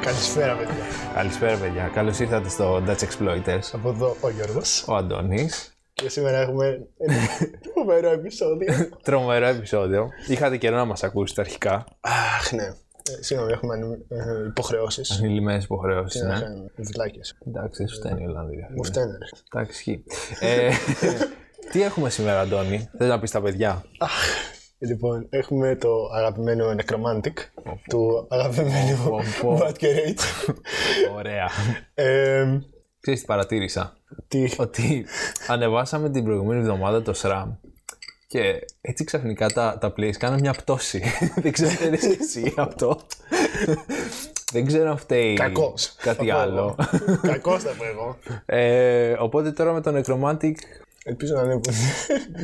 Καλησπέρα, παιδιά. Καλησπέρα, παιδιά. Καλώς ήρθατε στο Dutch Exploiters. Από εδώ ο Γιώργος Ο Αντώνης. και σήμερα έχουμε ένα φοβερό επεισόδιο. Τρομερό επεισόδιο. Είχατε καιρό να μας ακούσετε αρχικά. Αχ, ναι. Ε, Συγγνώμη, έχουμε ε, υποχρεώσεις. Μιλημένε υποχρεώσεις, Τι να ναι. κάνουμε, δουλάκες. Εντάξει, σου φταίνει η Ολλανδία. Ε, Μου φταίνε. ρε. Εντάξει, ισχύει. Ε, Τι έχουμε σήμερα, Αντώνη. Θες να πεις τα παιδιά. Λοιπόν, έχουμε το αγαπημένο Necromantic του αγαπημένου οπό. Batkerate. Ωραία. Ε, Ξέρεις τι παρατήρησα. Τι. Ότι ανεβάσαμε την προηγούμενη εβδομάδα το SRAM και έτσι ξαφνικά τα, τα plays κάναν μια πτώση. Δεν ξέρω τι είδες εσύ αυτό. Δεν ξέρω αν φταίει Κακός. κάτι Θα πω άλλο. εγώ. Κακός θα πω εγώ. Ε, οπότε τώρα με τον Necromantic, Ελπίζω να ανέβουν.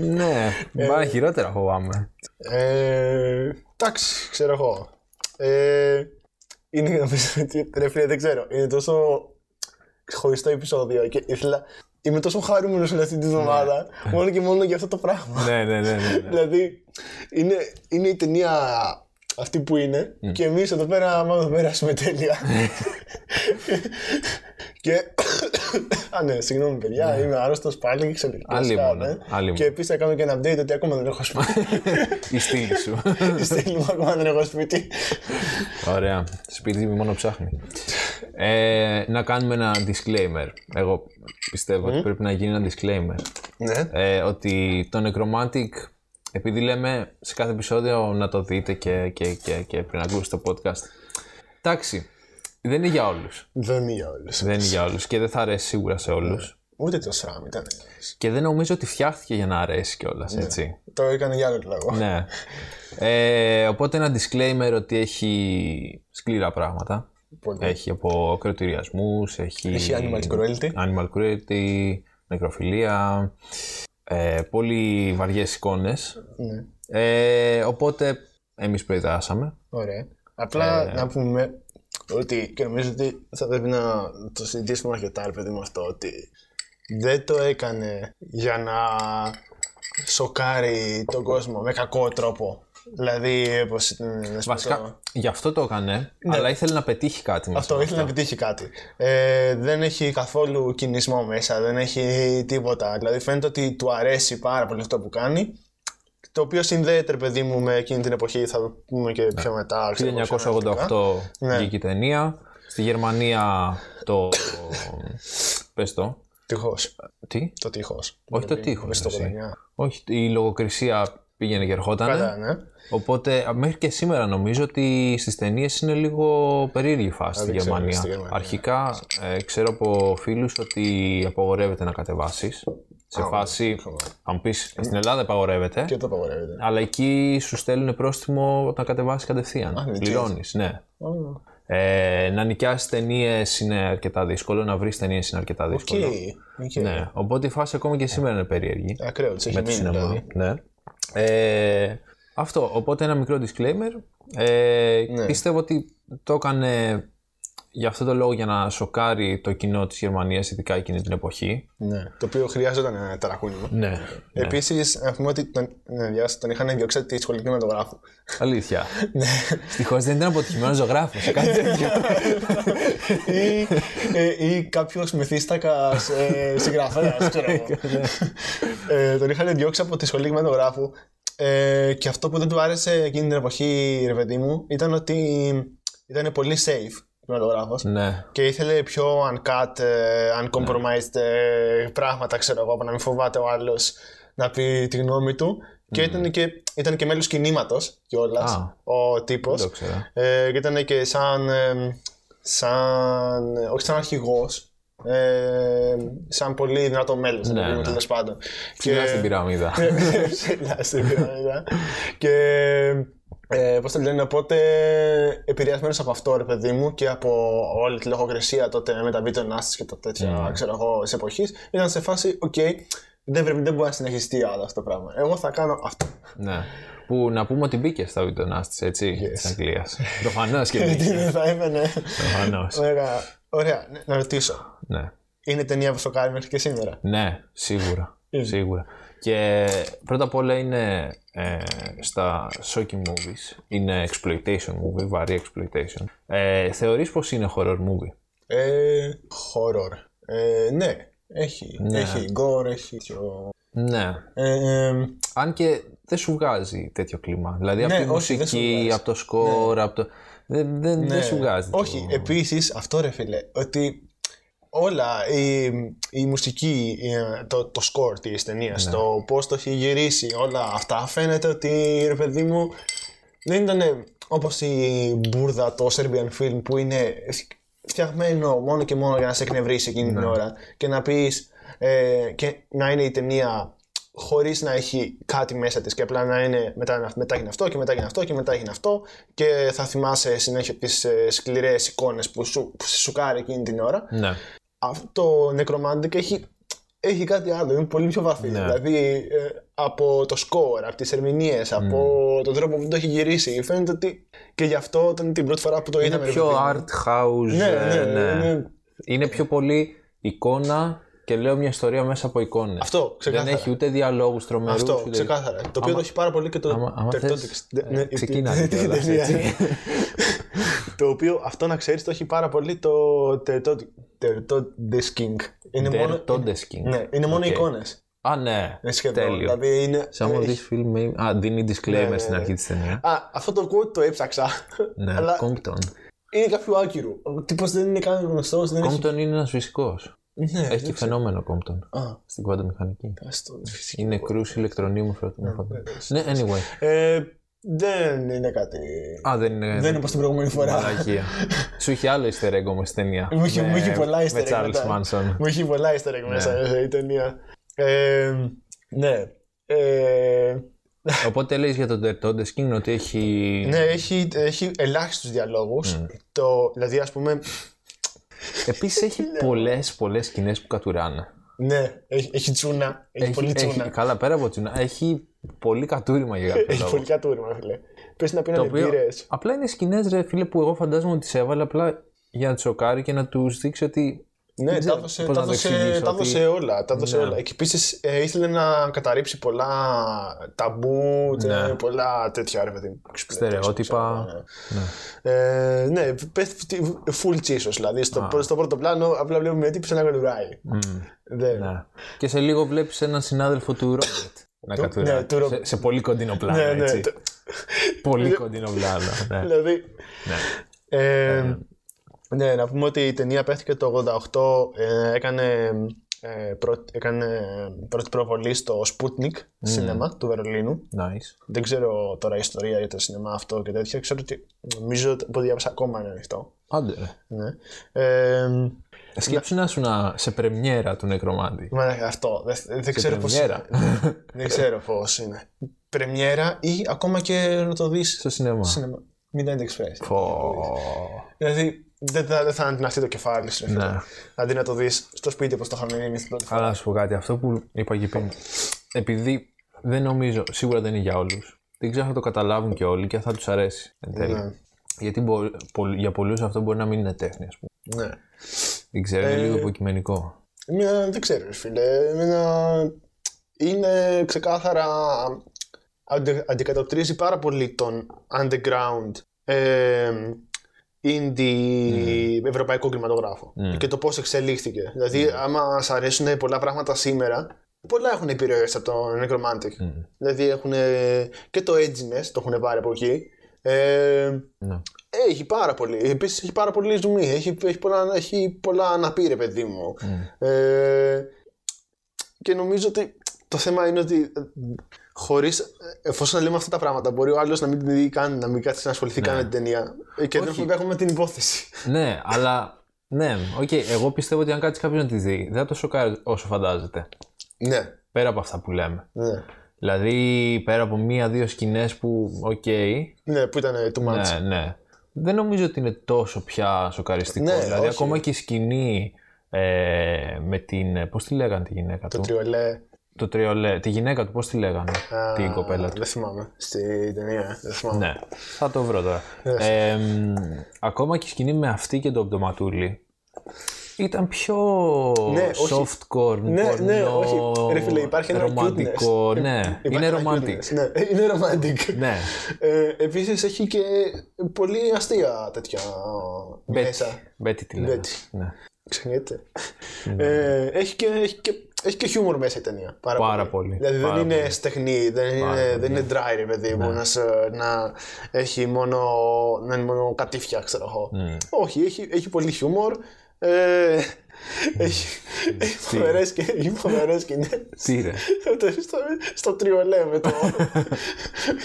ναι, πάρα χειρότερα φοβάμαι. Ε, Εντάξει, ξέρω εγώ. Ε, είναι να πεις ότι, ρε φίλε, δεν ξέρω. Είναι τόσο ξεχωριστό επεισόδιο και ήθελα... Είμαι τόσο χαρούμενος όλη αυτή τη βδομάδα, μόνο και μόνο για αυτό το πράγμα. ναι, ναι, ναι, ναι, ναι. δηλαδή, είναι, είναι η ταινία αυτή που είναι Ναι. και εμείς εδώ πέρα μάλλον θα περάσουμε τέλεια. και... Α, ναι, συγγνώμη παιδιά, είμαι άρρωστος πάλι και ξελιχτός. Άλλη καλά, μόνο, ναι. άλλη Και μόνο. επίσης θα κάνω και ένα update ότι ακόμα δεν έχω σπίτι. Η στήλη σου. Στέλνει μου ακόμα δεν έχω σπίτι. Ωραία. Σπίτι μου μόνο ψάχνει. Ε, να κάνουμε ένα disclaimer. Εγώ πιστεύω ότι πρέπει να γίνει ένα disclaimer. Ναι. ε, ότι το Necromantic, επειδή λέμε σε κάθε επεισόδιο να το δείτε και, και, και, και πριν ακούσετε το podcast. Εντάξει, δεν είναι για όλους. Δεν είναι για όλους. Δεν είναι για όλους και δεν θα αρέσει σίγουρα σε όλους. Ούτε το SRAM ήταν. για όλους. Και δεν νομίζω ότι φτιάχτηκε για να αρέσει κιόλας, Ναι. έτσι. Το έκανε για άλλο λόγο. ναι. Ε, οπότε ένα disclaimer ότι έχει σκληρά πράγματα. Πολύ. Έχει από ακροτηριασμούς, έχει... Ναι. Έχει animal cruelty. Animal cruelty, νεκροφιλία, ε, πολύ βαριές εικόνες. Ναι. Ε, οπότε εμείς προετάσαμε. Ωραία. Απλά να πούμε ότι και νομίζω ότι θα πρέπει να το συζητήσουμε αρκετά, ρε παιδί μου, αυτό ότι δεν το έκανε για να σοκάρει τον κόσμο με κακό τρόπο. Δηλαδή, όπως ήταν. το- Βασικά, γι' αυτό το έκανε, αλλά ήθελε να πετύχει κάτι μέσα. Ναι. Αυτό ήθελε να πετύχει κάτι. Ε, δεν έχει καθόλου κινησμό μέσα, δεν έχει τίποτα. Δηλαδή φαίνεται ότι του αρέσει πάρα πολύ αυτό που κάνει. Το οποίο συνδέεται, ρε παιδί μου, με εκείνη την εποχή, θα το πούμε και πιο μετά. ξέρω, πιο αναλυτικά. 1988 Ναι. βγήκε η ταινία. Στη Γερμανία το... πες το. Τυχώς. Τι? Το τυχώς. Όχι το τείχος. Το εσύ. Ε? 89. Όχι, η λογοκρισία πήγαινε και ερχόταν. Καλά, ναι. Οπότε α, μέχρι και σήμερα νομίζω ότι στις ταινίες είναι λίγο περίεργη η φάση στη δεν ξέρω, Γερμανία. στη Γερμανία. Αρχικά ε, ξέρω από φίλους ότι απαγορεύεται να κατεβάσεις. Σε φάση, θα μου πεις, «Ε, στην Ελλάδα απαγορεύεται, Και το απαγορεύεται. αλλά εκεί σου στέλνουν πρόστιμο όταν κατεβάσεις κατευθείαν. ναι, Πληρώνεις, ναι. Ω, Ε, να νοικιάσεις ταινίες είναι αρκετά δύσκολο, να βρεις ταινίες είναι αρκετά Οκ. δύσκολο. οκ. Ναι. Οπότε η φάση ακόμα και σήμερα είναι περίεργη Ακραίο, της έχει με το μείνει σινεμά. δηλαδή. Ναι. Ε, αυτό. Οπότε ένα μικρό disclaimer. Ε, Πιστεύω ότι το έκανε για αυτό το λόγο για να σοκάρει το κοινό της Γερμανίας, ειδικά εκείνη την εποχή. Ναι. Το οποίο χρειάζονταν ένα ταρακούνημα. Ναι. Επίσης, να πούμε ότι τον, ναι, διάσ- τον είχαν διώξει τη σχολή κινηματογράφου. Αλήθεια. Δυστυχώς δεν ήταν αποτυχημένος ζωγράφος ή κάτι τέτοιο. ή, ε, ή κάποιος μεθύστακα ε, συγγραφέας, ξέρω εγώ. Ναι. ε, τον είχαν διώξει από τη σχολή κινηματογράφου. Ε, και αυτό που δεν του άρεσε εκείνη την εποχή, ρε παιδί μου, ήταν ότι ε, ήταν πολύ safe κινηματογράφος. ναι. Και ήθελε πιο uncut, ε, uncompromised ε, πράγματα, ξέρω εγώ, που να μην φοβάται ο άλλος να πει τη γνώμη του. Και ήταν και, ήταν και μέλος κινήματος κιόλας Mm. Α. ο τύπος. Δεν το ξέρα. Ε, και ήταν και σαν, ε, σαν ε, όχι σαν αρχηγός, ε, σαν πολύ δυνατό μέλος, ναι, ναι. ναι. τέλος πάντων. Ψηλά στην πυραμίδα. Ψηλά στην πυραμίδα. και ε, πώς το λένε, οπότε επηρεασμένος από αυτό ρε παιδί μου και από όλη τη λογοκρισία τότε με τα βίντεο νάστης και τα τέτοια, Ναι. ξέρω εγώ, της εποχής, ήταν σε φάση, οκ, δεν, πρέπει, δεν μπορεί να συνεχιστεί άλλο αυτό το πράγμα. Εγώ θα κάνω αυτό. ναι. Που να πούμε ότι μπήκε στα βιντεονάστης, έτσι, yes. της Αγγλίας. Προφανώς και μπήκε. Τι δεν θα έβαινε. Προφανώς. Ωραία, ωραία. να ρωτήσω. ναι. Είναι ταινία που σοκάρει μέχρι και σήμερα. Ε. Ναι, σίγουρα. σίγουρα. Και πρώτα απ' όλα είναι ε, στα shocky movies. Είναι exploitation movie, βαρύ exploitation. Ε, θεωρείς πως είναι horror movie. Ε, horror. Ε, ναι, έχει. Ναι. Έχει gore, έχει. τέτοιο. Ναι. Ε, ε, Αν και δεν σου βγάζει τέτοιο κλίμα. Δηλαδή από Ναι, τη όχι, δεν σου μουσική, βγάζει. από το σκορ, από το... Δεν, δεν, δεν Ναι. σου βγάζει. το- Όχι, επίσης αυτό ρε φίλε, ότι όλα, η, η μουσική, η- το, το σκορ της ταινίας, Ναι. το πώς το έχει γυρίσει, όλα αυτά φαίνεται ότι ρε παιδί μου δεν ήταν όπω Ναι, η μπουρδα το Serbian film που είναι φτιαγμένο μόνο και μόνο για να σε εκνευρίσει εκείνη την ώρα και να πεις ε, και να είναι η ταινία χωρίς να έχει κάτι μέσα της και απλά να είναι μετά, μετά γίνει αυτό και μετά γίνει αυτό και μετά γίνει αυτό και θα θυμάσαι συνέχεια τις ε, σκληρές εικόνες που, σου, που σε σουκάρει εκείνη την ώρα. Ναι. Αυτό Necromantic έχει, έχει κάτι άλλο, είναι πολύ πιο βαθύ. Ναι. Δηλαδή ε, από το σκορ, από τις ερμηνείες, από τον τρόπο που το έχει γυρίσει, φαίνεται ότι και γι' αυτό ήταν την πρώτη φορά που το Είναι είδαμε. ρε πιο παιδί μου. art house. Ναι, ε, ναι, ναι. είναι- Είναι πιο πολύ εικόνα και λέω μια ιστορία μέσα από εικόνες. Αυτό, Δεν ξεκάθαρα. έχει ούτε διαλόγους τρομερούς. Αυτό, ούτε... ξεκάθαρα. Το οποίο το έχει πάρα πολύ και το. άμα- άμα το θες, Exotics. Ναι, η- ξεκίναγε την κιόλας, ταινία. έτσι. Το οποίο αυτό να ξέρεις το έχει πάρα πολύ το. Τερτόντες King. Είναι μόνο. Τερτόντες King. Ναι, είναι μόνο Οκ. εικόνες. Α, ναι. Σχεδόν. Τέλειο. Δηλαδή είναι. Some of these film may... Α, δίνει disclaimer ναι, στην ναι. αρχή της ταινίας. Α, αυτό το quote το έψαξα. Ναι, Αλλά Compton. είναι κάποιο άκυρο. Ο τύπος δεν είναι καν γνωστός, δεν έχει. Compton είναι ένας φυσικός. Ναι, Έχει και φαινόμενο Compton Α, στην κβαντομηχανική. ας το- φυσικά. Είναι κρούση ηλεκτρονίου φωτών. Ναι, anyway. Ε, Δεν είναι κάτι. Α, ναι. δεν είναι. Δεν είναι όπω την προηγούμενη φορά. Μαλακία. Σου είχε άλλο easter egg όμως η ταινία. Μου είχε- Με- μου είχε πολλά easter Με egg Charles μετά. Ναι. Manson. Μου έχει πολλά easter egg μέσα Ναι. ε, η ταινία. Ε, ναι. Ε, Οπότε λες για τον Τερτόντες King ότι έχει... ναι, έχει, έχει ελάχιστους διαλόγους. Ναι. Το, δηλαδή, ας πούμε, Επίσης έχει πολλές, πολλές σκηνές που κατουράνε. ναι, έχει, έχει τσούνα, έχει, πολύ τσούνα. έχει- καλά, πέρα από τσούνα. Έχει πολύ κατούριμα για κάποιο Έχει λόγο. πολύ κατούριμα, φίλε. Πες να Το πίνανε οποίο- μπύρες. Απλά είναι σκηνές ρε φίλε που εγώ φαντάζομαι ότι τις έβαλε απλά για να τσοκάρει και να τους δείξει ότι... Ναι, ξέρω τα έδωσε, πώς τα να το έδωσε- εξηγήσω, τα ότι- έδωσε όλα. Τα έδωσε Ναι. όλα. Και επίση ήθελε να καταρρύψει πολλά ταμπού, τε- Ναι. πολλά τέτοια ρε παιδί μου. Στερεότυπα. Ναι, ε, ναι πες τι- full τσίσο. Δηλαδή στο, στο πρώτο πλάνο απλά βλέπουμε μια τύπη να κατουράει. Δεν. Ναι. Και σε λίγο βλέπεις έναν συνάδελφο του Ρόμπερτ να ναι, κατουράει. του Ρο- σε, σε πολύ κοντινό πλάνο, Ναι, ναι, έτσι. το- Πολύ κοντινό πλάνο, ναι. Δηλαδή. Ε, ναι, να πούμε ότι η ταινία παίχτηκε το 88, ε, έκανε, ε, πρω- έκανε πρώτη προβολή στο Sputnik σινεμά του Βερολίνου. Nice. Δεν ξέρω τώρα ιστορία για το σινεμά αυτό και τέτοια. Ξέρω ότι νομίζω ότι από ό,τι διάβασα ακόμα είναι ανοιχτό. Άντε ρε. Ναι. Ε, Σκέψου να σου να σε πρεμιέρα του Νεκρομάντη. μαλάκα, αυτό. Δεν, δεν ξέρω πώς πρεμιέρα. είναι. δεν ξέρω πώς είναι. Πρεμιέρα ή ακόμα και να το δεις Στο σινεμά. σινεμά. Midnight Express. Πω. Δηλαδή δεν θα, δεν θα ανατιναχθεί το κεφάλι σου. ρε φίλε. Ναι. Αντί να το δεις στο σπίτι όπως το είχαμε εμείς την πρώτη φορά. Αλλά να σου πω κάτι. Αυτό που είπα και πριν. Επειδή δεν νομίζω, σίγουρα δεν είναι για όλους. Δεν ξέρω αν θα το καταλάβουν και όλοι και θα τους αρέσει εν τέλει. Ναι. Γιατί μπο- πολλ- για πολλούς αυτό μπορεί να μην είναι τέχνη, ας πούμε. Ναι. Δεν ξέρω, είναι λίγο υποκειμενικό. Εμένα δεν ξέρω, ρε φίλε. Εμένα είναι ξεκάθαρα. αντε- αντικατοπτρίζει πάρα πολύ τον underground ε, indie ευρωπαϊκό κινηματογράφο και το πώς εξελίχθηκε. Δηλαδή, άμα σ' αρέσουν πολλά πράγματα σήμερα, πολλά έχουν επιρροές από το Necromantic. Δηλαδή, έχουν και το edginess, το έχουν πάρει από εκεί. Ε, Ναι. έχει πάρα πολύ. Επίσης έχει πάρα πολύ ζουμί. Έχει, έχει, πολλά, έχει πολλά να πει, ρε παιδί μου. Mm. Ε, και νομίζω ότι το θέμα είναι ότι χωρίς. εφόσον λέμε αυτά τα πράγματα, μπορεί ο άλλος να μην την δει καν, να μην κάτσει να ασχοληθεί καν με την ταινία. Ε, Και δεν έχουμε την υπόθεση. Ναι, αλλά. Ναι, οκ, εγώ πιστεύω ότι αν κάτσει κάποιος να τη δει, δεν θα το σοκάρει όσο φαντάζεται. ναι, Πέρα από αυτά που λέμε. ναι. Δηλαδή, πέρα από μία-δύο σκηνές που, οκ, Ναι, που ήταν ε, too much. ναι, ναι. Δεν νομίζω ότι είναι τόσο πια σοκαριστικό. Ναι, δηλαδή, όχι. ακόμα και η σκηνή ε, με την. ε, πώς τη λέγανε τη γυναίκα Το του. τριολέ. Το τριολέ. Τη γυναίκα του, πώς τη λέγανε. Α, την κοπέλα του. Δεν θυμάμαι. Στην ταινία. Δεν θυμάμαι. Ναι, θα το βρω τώρα. Ε, μ, ακόμα και η σκηνή με αυτή και τον πτωματούλη ήταν πιο Ναι, όχι. softcore, Ναι, πορνό, ναι, όχι. Ρε φίλε, υπάρχει ένα ρομαντικό, cuteness. ναι. είναι Υπάρχει ένα romantic. cuteness, Ναι, είναι romantic. Ναι. Ε, Επίσης έχει και πολύ αστεία τέτοια μέσα. Μπέτι. Μπέτι τη λέμε. Μπέτι. Ναι. Ξενιέται. Ε, έχει, και, έχει, και, έχει και χιούμορ μέσα η ταινία. Πάρα, Πάρα πολύ. ναι. Δηλαδή Πάρα δεν είναι στεχνή, δεν είναι, δεν είναι dry, ρε παιδί μου, να, σε- να έχει μόνο, να είναι μόνο κατήφια, ξέρω εγώ. Ναι. Όχι, έχει, έχει πολύ χιούμορ. Ε, Ναι. έχει έχει φοβερές και- έχει φοβερές σκηνές. Τι ρε. Το- στο, στο τριολέ με, το,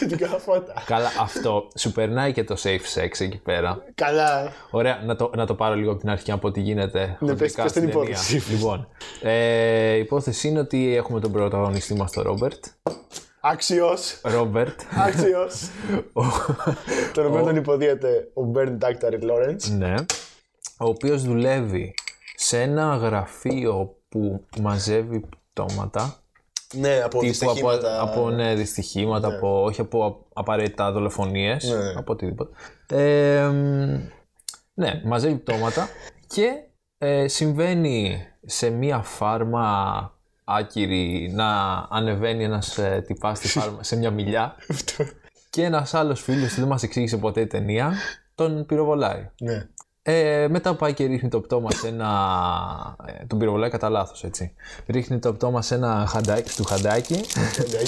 με την καφότα. Καλά, αυτό σου περνάει και το safe sex εκεί πέρα. Καλά. Ωραία, να το, να το πάρω λίγο από την αρχή να πω τι γίνεται. Ναι, πες- χοντρικά πες την στην ταινία. υπόθεση. Λοιπόν, ε, η υπόθεση είναι ότι έχουμε τον πρωταγωνιστή μας τον Ρόμπερτ. Άξιος. Ρόμπερτ. Άξιος. Τον οποίο τον υποδίεται ο Μπέρν Ντάκταρη Λόρεντς. Ναι. Ο οποίος δουλεύει σε ένα γραφείο που μαζεύει πτώματα. Ναι, Τύπου από από, δυστυχήματα. από ναι, δυστυχήματα, από, όχι από α- απαραίτητα δολοφονίες, Ναι. από οτιδήποτε. Ε, μ, ναι, μαζεύει πτώματα και ε, συμβαίνει σε μία φάρμα άκυρη να ανεβαίνει ένας ε, τυπάς στη φάρμα, σε μια μιλιά Αυτό. και ένας άλλος φίλος που δεν μας εξήγησε ποτέ η ταινία τον πυροβολάει. ναι. Ε, μετά πάει και ρίχνει το πτώμα σε ένα. Ε, τον πυροβολάει κατά λάθος, έτσι. Ρίχνει το πτώμα σε ένα χαντάκι, του χαντάκι, Εντάξει.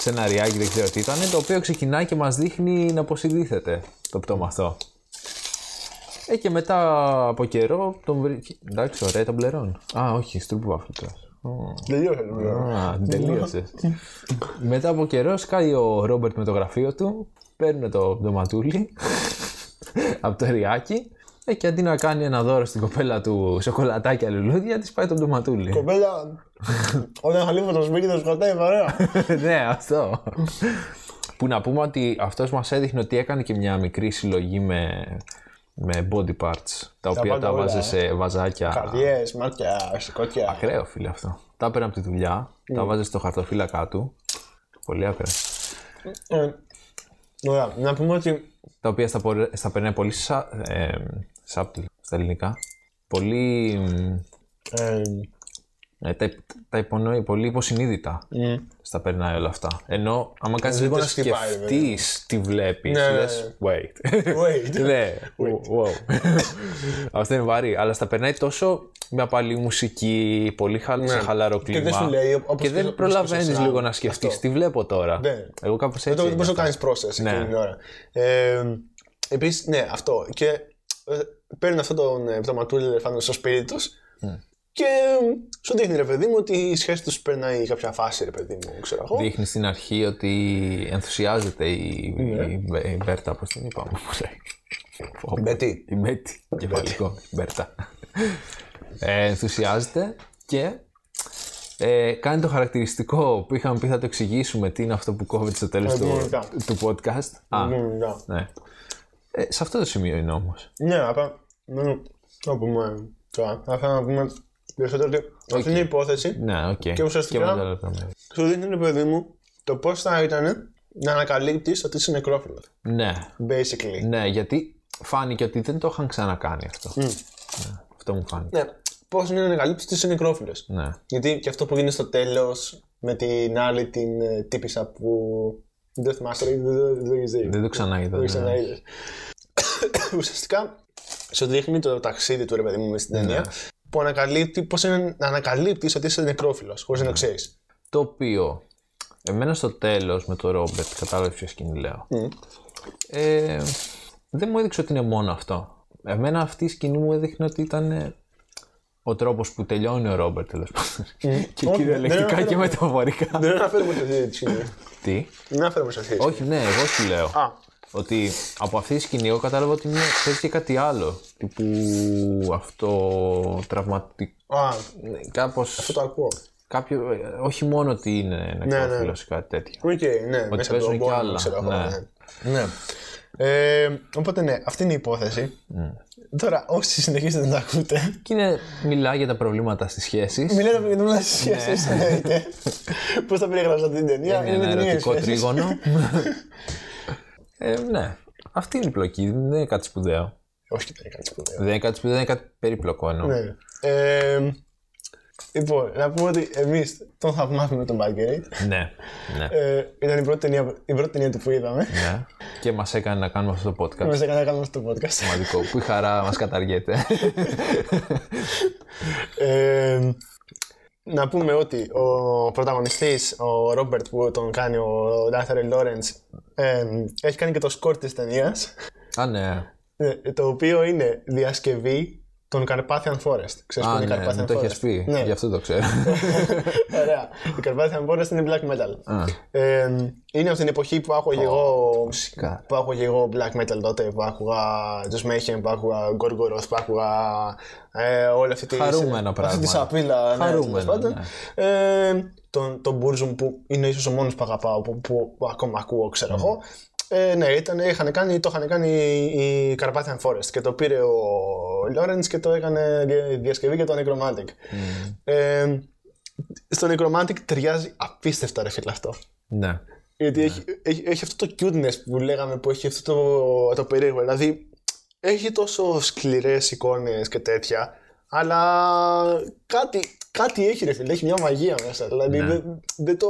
σε ένα ριάκι, δεν ξέρω τι ήταν, το οποίο ξεκινάει και μας δείχνει να αποσυντήθεται το πτώμα αυτό. Ε, και μετά από καιρό τον βρήκε. Εντάξει, ωραία, τον πληρώνει. Α, όχι, στρούπου βάφλου τώρα. Τελειώσε λίγο. Α, τελείωσες. μετά από καιρό σκάει ο Ρόμπερτ με το γραφείο του, παίρνει το ντοματούλι από το ριάκι ε, και αντί να κάνει ένα δώρο στην κοπέλα του σοκολατάκια λουλούδια, της πάει το ντοματούλι. Κοπέλα, όταν θα λείπω το σπίτι θα σκοτάει παρέα. ναι, αυτό. Που να πούμε ότι αυτός μας έδειχνε ότι έκανε και μια μικρή συλλογή με, με body parts, τα οποία πάντα τα όλα, βάζε ε. σε βαζάκια. Καρδιές, μάτια, σηκώτια. Ακραίο φίλε αυτό. Τα έπαιρνε από τη δουλειά, Ναι. τα βάζε στο χαρτοφύλακά του. Πολύ ακραίο. Ε, Ωραία, να πούμε ότι τα οποία στα, πορε- στα περνάει πολύ σα, ε, subtle στα ελληνικά. Πολύ. ε, ε, τα, υ- τα υπονοεί, πολύ υποσυνείδητα μ, στα περνάει όλα αυτά. Ενώ άμα κάνει Δεν λίγο τα να Ε, σκεπάει, βέβαια. σκεφτεί τι βλέπεις, Ναι, ναι, λες, Wait. wait. ναι, wow. Αυτό είναι βαρύ. Αλλά στα περνάει τόσο με απαλή μουσική, πολύ χα... σε χαλαρό κλίμα. Ναι. δεν σου λέει, όπως και και- όπως δεν και στο προλαβαίνει σειρά. λίγο να σκεφτείς τι βλέπω τώρα. Ναι. Εγώ κάπως έτσι. Δεν το- είναι Δεν μπορείς να αυτό. κάνεις process εκείνη Ναι. την ώρα. Ε, Επίσης, ναι, αυτό. Και ε, παίρνουν αυτόν τον ε, πτωματούλη ελεφάντο στο σπίτι τους. Ναι. Και ε, σου δείχνει ρε παιδί μου ότι η σχέση τους περνάει κάποια φάση, ρε παιδί μου, ξέρω εγώ. Δείχνει στην αρχή ότι ενθουσιάζεται η, η, η Μπέρτα, πώς την είπαμε. πώς λέει. Ναι. Η Μπέτη. Η Μπέτη, κεφαλικό, η Μπέρτα. Ε, ενθουσιάζεται και ε, κάνει το χαρακτηριστικό που είχαμε πει θα το εξηγήσουμε τι είναι αυτό που κόβεται στο τέλος του, Αντικειμενικά. του podcast. Α, Μμμ, ναι. ναι. Ε, σε αυτό το σημείο είναι όμως. Ναι, απλά. ναι, Να πούμε τώρα. Θα ήθελα να πούμε περισσότερο ότι αυτή είναι η υπόθεση. Ναι, οκ. Και ουσιαστικά- με τα λεπτομέρεια. Σου δείχνει, ρε παιδί μου, το πώς θα ήταν να ανακαλύπτεις ότι είσαι νεκρόφιλος. Ναι, Basically. ναι, γιατί φάνηκε ότι δεν το είχαν ξανακάνει αυτό. Ναι, αυτό μου φάνηκε. Ναι, πώς είναι να ανακαλύψεις ότι είσαι νεκρόφιλος. Ναι. Γιατί και αυτό που γίνει στο τέλος με την άλλη την ε, τύπησα που. Δεν θυμάστε, δεν το δεν το έχεις δει. Δεν το ξαναείδα. το ναι. ξαναείδες. Ουσιαστικά σου δείχνει το ταξίδι του ρε παιδί μου μες στην ταινία που ανακαλύπτει πώς είναι να ανακαλύπτεις ότι είσαι νεκρόφιλος, χωρίς να το ξέρεις. Το οποίο, εμένα στο τέλος με το Ρόμπερτ, κατάλαβες ποια σκηνή λέω. Ναι. Ε, δεν μου έδειξε ότι είναι μόνο αυτό. Εμένα αυτή η σκηνή μου έδειχνε ότι ήταν ε, ο τρόπος που τελειώνει ο Ρόμπερτ τέλος πάντων. και Ναι. Όχι, ναι. δεν κυριολεκτικά αναφέρομαι. και μεταφορικά. Δεν αναφέρουμε σε αυτή τη σκηνή. Τι. Δεν αναφέρουμε σε αυτή τη σκηνή. Όχι, ναι, εγώ σου λέω. Α, ότι από αυτή τη σκηνή εγώ κατάλαβα ότι είναι, παίζει και κάτι άλλο. Τύπου αυτό τραυματικό. α, Κάπως αυτό το ακούω. κάποιο, ε, όχι μόνο ότι είναι να ή ναι. κάτι τέτοιο. Οκ, ναι, μέσα από παίζουν τον και πόνο, άλλα, ξέρω εγώ. ναι. Ναι. ναι. Ε, οπότε ναι, αυτή είναι η υπόθεση. Ναι. Τώρα, όσοι συνεχίζετε να τα ακούτε, Και είναι, μιλάει για τα προβλήματα στις σχέσεις. Μιλάτε για το μήνα σχέση, εννοείται. Πώς θα περιγράψω αυτή την ταινία, Ναι. είναι ένα με την ίδια ερωτικό σχέση. τρίγωνο. ε, ναι. Αυτή είναι η πλοκή. Δεν είναι κάτι σπουδαίο. Όχι, δεν είναι κάτι σπουδαίο. Δεν είναι κάτι σπουδαίο, είναι κάτι περίπλοκο εννοώ. Ναι. Ε, λοιπόν, να πούμε ότι εμείς τον θαυμάσουμε τον Backgate. ναι, ναι. Ε, ήταν η πρώτη, ταινία, η πρώτη ταινία του που είδαμε. ναι. Και μας έκανε να κάνουμε αυτό το Μας podcast. έκανε να κάνουμε αυτό το podcast. Σημαντικό. Που η χαρά μας καταργέται. Ε, να πούμε ότι ο πρωταγωνιστής, ο Ρόμπερτ που τον κάνει ο Ντάθερ Λόρεντς, ε, έχει κάνει και το σκορ της ταινίας, Α, ναι. ε, το οποίο είναι διασκευή των Carpathian Forest. Ξέρεις που Α, είναι η ναι. Carpathian Μου το Forest? έχεις πει. Ναι, Γι' αυτό το ξέρω. ωραία. Η Carpathian Forest είναι black metal. Α, Ε, είναι από την εποχή που άκουγα εγώ μουσικά. που άκουγα εγώ black metal τότε, που άκουγα Just Mayhem, που άκουγα Gorgoroth, που άκουγα ε, όλη αυτή τη Χαρούμενα Αυτή τη πράγματα. σαπίλα. ναι, Χαρούμενα, τέλος πάντων. Ε, τον, τον Burzum που είναι ίσως ο μόνος που αγαπάω, που, που, που ακόμα ακούω, ξέρω εγώ. Ε, ναι, ήταν, είχαν κάνει, το είχαν κάνει η Carpathian Forest και το πήρε ο Lawrence και το έκανε δια- διασκευή για το Necromantic. Ε, στο Necromantic ταιριάζει απίστευτα ρε φίλε αυτό. ναι. Γιατί έχει, έχει, έχει αυτό το cuteness που λέγαμε, που έχει αυτό το, το περίεργο. Δηλαδή, έχει τόσο σκληρές εικόνες και τέτοια, αλλά κάτι, κάτι έχει ρε φίλε, έχει μια μαγεία μέσα. Δηλαδή, δεν δεν το.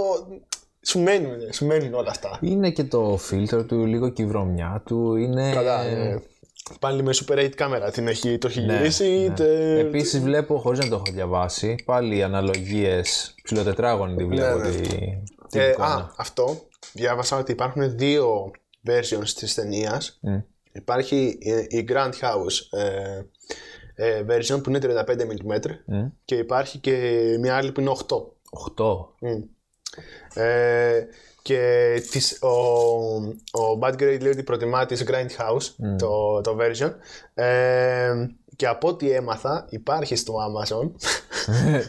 Σου μένουν, ρε, σου μένουν όλα αυτά. Είναι και το φίλτρο του, λίγο και η βρωμιά του. Είναι... Καλά, ε, πάλι με Super 8 κάμερα την έχει, το έχει γυρίσει. ναι. τε- Επίσης βλέπω, χωρίς να το έχω διαβάσει, πάλι οι αναλογίες ψηλοτετράγωνη τη βλέπω. Ναι, ναι. Τη, την Ε, εικόνα. α, αυτό. Διάβασα ότι υπάρχουν δύο versions της ταινίας. Μμ. Υπάρχει ε, η Grand House ε, ε, version που είναι 35 mm Μμ. και υπάρχει και μια άλλη που είναι 8. Οχτώ. Μμ. Ε, και της, ο, ο Bad Grade λέει ότι προτιμά της Grindhouse το, το version ε, και από ό,τι έμαθα υπάρχει στο Amazon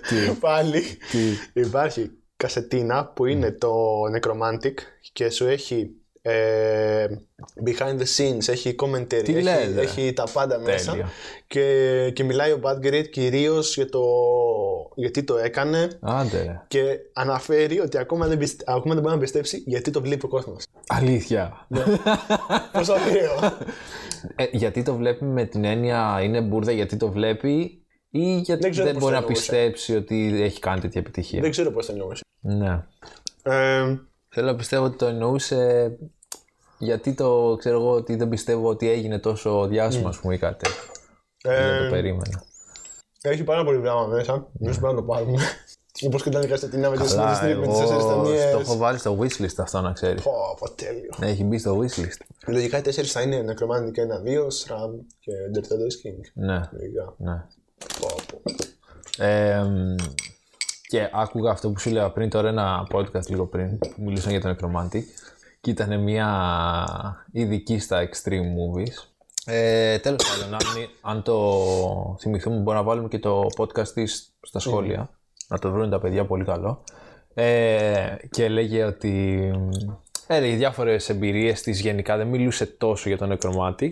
Τι. πάλι Τι. Υπάρχει κασετίνα που είναι το Necromantic και σου έχει ε, behind the scenes, έχει commentary, Τι έχει, λες, ρε. έχει τα πάντα Τέλεια. μέσα και, και μιλάει ο Bad Grid κυρίως για το γιατί το έκανε Άντε ρε. και αναφέρει ότι ακόμα δεν, πιστε- ακόμα δεν μπορεί να πιστέψει γιατί το βλέπει ο κόσμος. Αλήθεια. Ναι. Πόσο ακραίο. Ε, γιατί το βλέπει με την έννοια είναι μπουρδα γιατί το βλέπει ή γιατί Δεν δεν, ξέρω πώς μπορεί το να εννοούσε. πιστέψει ότι έχει κάνει τέτοια επιτυχία. δεν ξέρω πώς το εννοούσε. Ναι. Ε, Θέλω να πιστεύω ότι το εννοούσε γιατί το ξέρω εγώ ότι δεν πιστεύω ότι έγινε τόσο διάσημο, ας πούμε, ή κάτι. Ε, Δεν το περίμενα. έχει πάρα πολύ πράγμα μέσα, δεν πρέπει να το πάρουμε. Όπως και ήταν η κασετίνα με τις Καλά, με τις εγώ τέσσερις το ταινίες. έχω βάλει στο wishlist αυτό να ξέρεις. Πω, πω, τέλειο. Έχει μπει στο wishlist. Λογικά οι τέσσερις θα είναι Necromantic 1-2, SRAM και Dirty Dois King. Ναι, Λογικά. ναι. Πω, πω. Ε, μ, και άκουγα αυτό που σου λέω πριν, τώρα ένα podcast λίγο πριν, που μιλούσαν για τον Necromantic και ήταν μια ειδική στα extreme movies. Ε, τέλος πάντων, αν, μη- αν το θυμηθούμε μπορούμε να βάλουμε και το podcast της στα σχόλια, να το βρουν τα παιδιά πολύ καλό. Ε, και έλεγε ότι έλεγε διάφορες εμπειρίες της γενικά, δεν μιλούσε τόσο για τον Necromantic,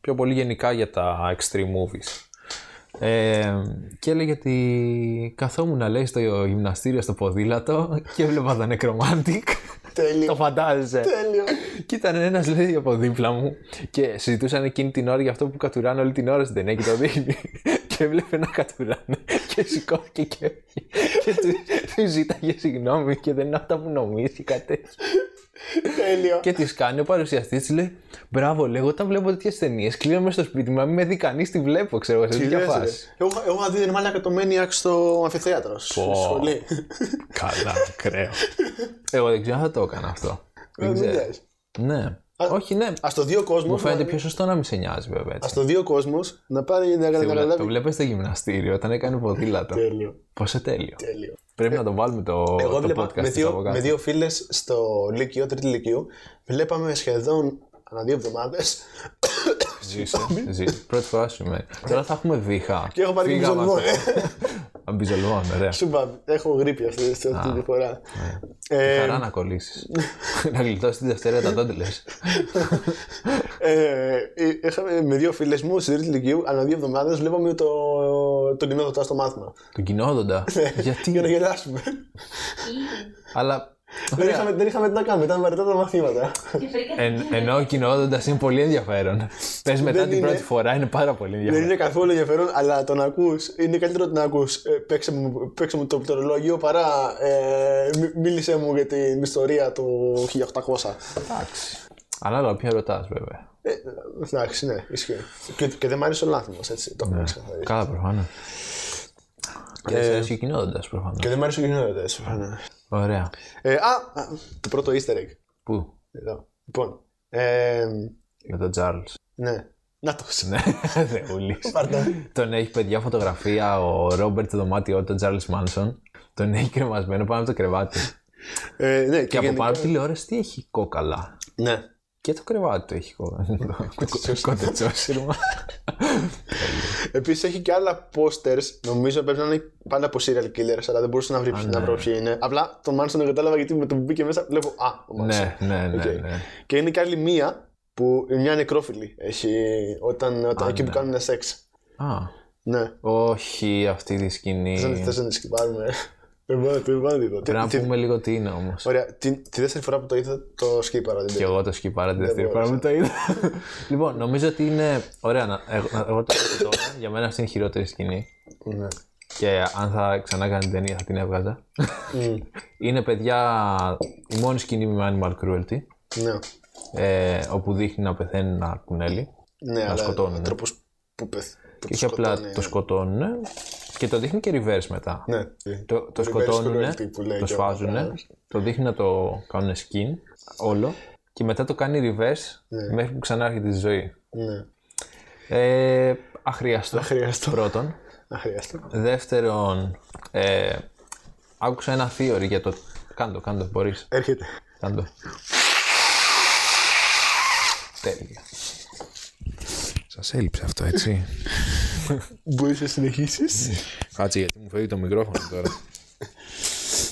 πιο πολύ γενικά για τα extreme movies. Ε, και έλεγε ότι καθόμουν λέει στο γυμναστήριο στο ποδήλατο και έβλεπα τα Necromantic. Τέλειο. το φαντάζεσαι. Τέλειο. και ήταν ένας λέει από δίπλα μου και συζητούσαν εκείνη την ώρα για αυτό που κατουράνε όλη την ώρα στην ταινία και το δείχνει. και έβλεπε να κατουράνε και σηκώθηκε και έφυγε. και του, του ζήταγε συγγνώμη και δεν είναι αυτά που νομίζει ή κάτι τέτοιο. Τέλειο. Και τη κάνει ο παρουσιαστής, της λέει: Μπράβο, λέγω, όταν βλέπω τέτοιες ταινίες, κλείνομαι στο σπίτι μου. Αν με δει κανείς, τη βλέπω, ξέρω, σε Τι τέτοια λες, ρε. φάση. Εγώ- Εγώ είχα δει την μάλακα το Maniac στο αμφιθέατρος. στη Σχολή. Καλά, ακραίο. Εγώ δεν ξέρω αν θα το έκανα αυτό. Δεν μιλάς. Ναι. Όχι, ναι. Ας το δει ο κόσμος. Μου φαίνεται πιο σωστό να μην σε νοιάζει, βέβαια. Α Έτσι. το δει ο κόσμος να πάρει να Το βλέ- Το καταλάβει. βλέπεις στο γυμναστήριο όταν έκανε ποδήλατο. Τέλειο. Πόσο τέλειο. Τέλειο. Πρέπει να το βάλουμε το, ε, Εγώ το βλέπα podcast με της δύο, από κάτω. με δύο φίλες στο Λύκειο, τρίτη Λυκείου, βλέπαμε σχεδόν ανά δύο εβδομάδες. Ζήσε, ζήσε. Πρώτη φορά σου είμαι. Τώρα θα έχουμε βήχα. Ε, Και έχω πάρει ε. και Φύγαμε μισολμό. από- Αμπιζολμόν, ναι, ωραία. Σούπα, έχω γρήπη αυτή αυτή τη φορά. ναι. Ε, Χαρά να κολλήσεις. να γλιτώσεις τη Δευτέρα τα τόντιλες. Ε, ε, είχαμε με δύο φίλες μου στη τρίτη ηλικίου, ανά δύο εβδομάδες βλέπαμε το, το κοινόδοτά στο μάθημα. Τον κοινόδοντα. Γιατί. Για να γελάσουμε. Αλλά δεν, είχαμε, δεν είχαμε τι να κάνουμε, ήταν βαρετά τα μαθήματα. Και βρήκατε Εν, και- ενώ κοινόδοντα είναι πολύ ενδιαφέρον. Πες μετά την Δεν είναι. Ναι. πρώτη φορά είναι πάρα πολύ Δεν ενδιαφέρον. είναι καθόλου ενδιαφέρον, αλλά το να ακούς είναι καλύτερο να ακούς. Παίξε, μου- παίξε μου το πτερολόγιο παρά ε, μι- μίλησε μου για την ιστορία του 1800. Εντάξει. Ανάλογα ποιον ρωτάς, βέβαια. Ε, εντάξει, ναι, ισχύει. Και, και δεν μ' άρεσε ο λάθο έτσι. Το έχουμε ξεκαθαρίσει. Καλά, προφανώς. Και δεν σε αρέσει ο κοινόδοντα, προφανώ. Ε. Και δεν μ' άρεσε ο κοινότητας, έτσι. Ωραία. Ε, α, α, το πρώτο easter egg. Πού? Εδώ. Λοιπόν. Ε, Με τον Τσάρλ. ναι. Να το Ναι, Δεούλη. Πάρτα. Τον έχει παιδιά φωτογραφία ο Ρόμπερτ στο δωμάτιό του, τον Τζάρλ Μάνσον. Τον έχει κρεμασμένο πάνω από το κρεβάτι. Ε, ναι, και από γενικά- πάνω από τη τηλεόραση τι έχει κόκαλα. Ναι. Και το κρεβάτι του έχει κόκαλα. Κουτσιτσόσυρμα. Κοντετσόσυρμα. Επίσης έχει και άλλα posters. Νομίζω πρέπει να είναι πάντα από serial killers, αλλά δεν μπορούσα να βρει να ναι. βρω ποιοι είναι. Απλά τον Μάνσον δεν κατάλαβα γιατί με το που μπήκε μέσα βλέπω. Α, ο Manson. Ναι, ναι, ναι. Οκ. ναι. Και είναι και άλλη μία που μια νεκρόφιλη έχει όταν, όταν Α, εκεί ναι. Ε. που κάνουν σεξ. Α, Ναι. όχι αυτή τη Δεν σκηνή. θες να τη σκυπάρουμε. Δεν μπορώ δεν μπορώ να τη δω. Τι- Πρέπει να τι- πούμε λίγο τι είναι όμως. Ωραία, τη, τη δεύτερη φορά που το είδα το σκύπαρα. Και Δεν εγώ το σκυπάρα τη δεύτερη μπορούσα. φορά που το είδα. λοιπόν, νομίζω ότι είναι. Ωραία, να, εγώ, να- εγώ το λέω τώρα. Για μένα αυτή είναι η χειρότερη σκηνή. πειράζει. Ναι. Και αν θα ξανά κάνει ταινία, θα την έβγαζα. Μμ. είναι παιδιά η μόνη σκηνή με animal cruelty. Ναι. Ε, όπου δείχνει να πεθαίνει ένα κουνέλι. Ναι, αλλά σκοτώνουν, ο ναι. τρόπος που πεθ- που Και το όχι απλά σκοτώνει, το σκοτώνουν. Και το δείχνει και reverse μετά. Ναι. Το, το Reverse σκοτώνουν, cruelty που λέει το και ο σφάζουν, Παπαδόπουλος. το δείχνει να το κάνουν skin όλο και μετά το κάνει reverse Ναι. μέχρι που ξανά έρχεται στη ζωή. Ναι. Ε, αχρίαστο. Αχρίαστο. Πρώτον. Αχρίαστο. Δεύτερον, ε, άκουσα ένα theory για το. Κάντο, κάντο, μπορείς. Έρχεται. Κάντο. Τέλεια. Σας έλειψε αυτό, έτσι. Μπορείς να Ναι. συνεχίσεις. Κάτσε γιατί μου φεύγει το μικρόφωνο τώρα.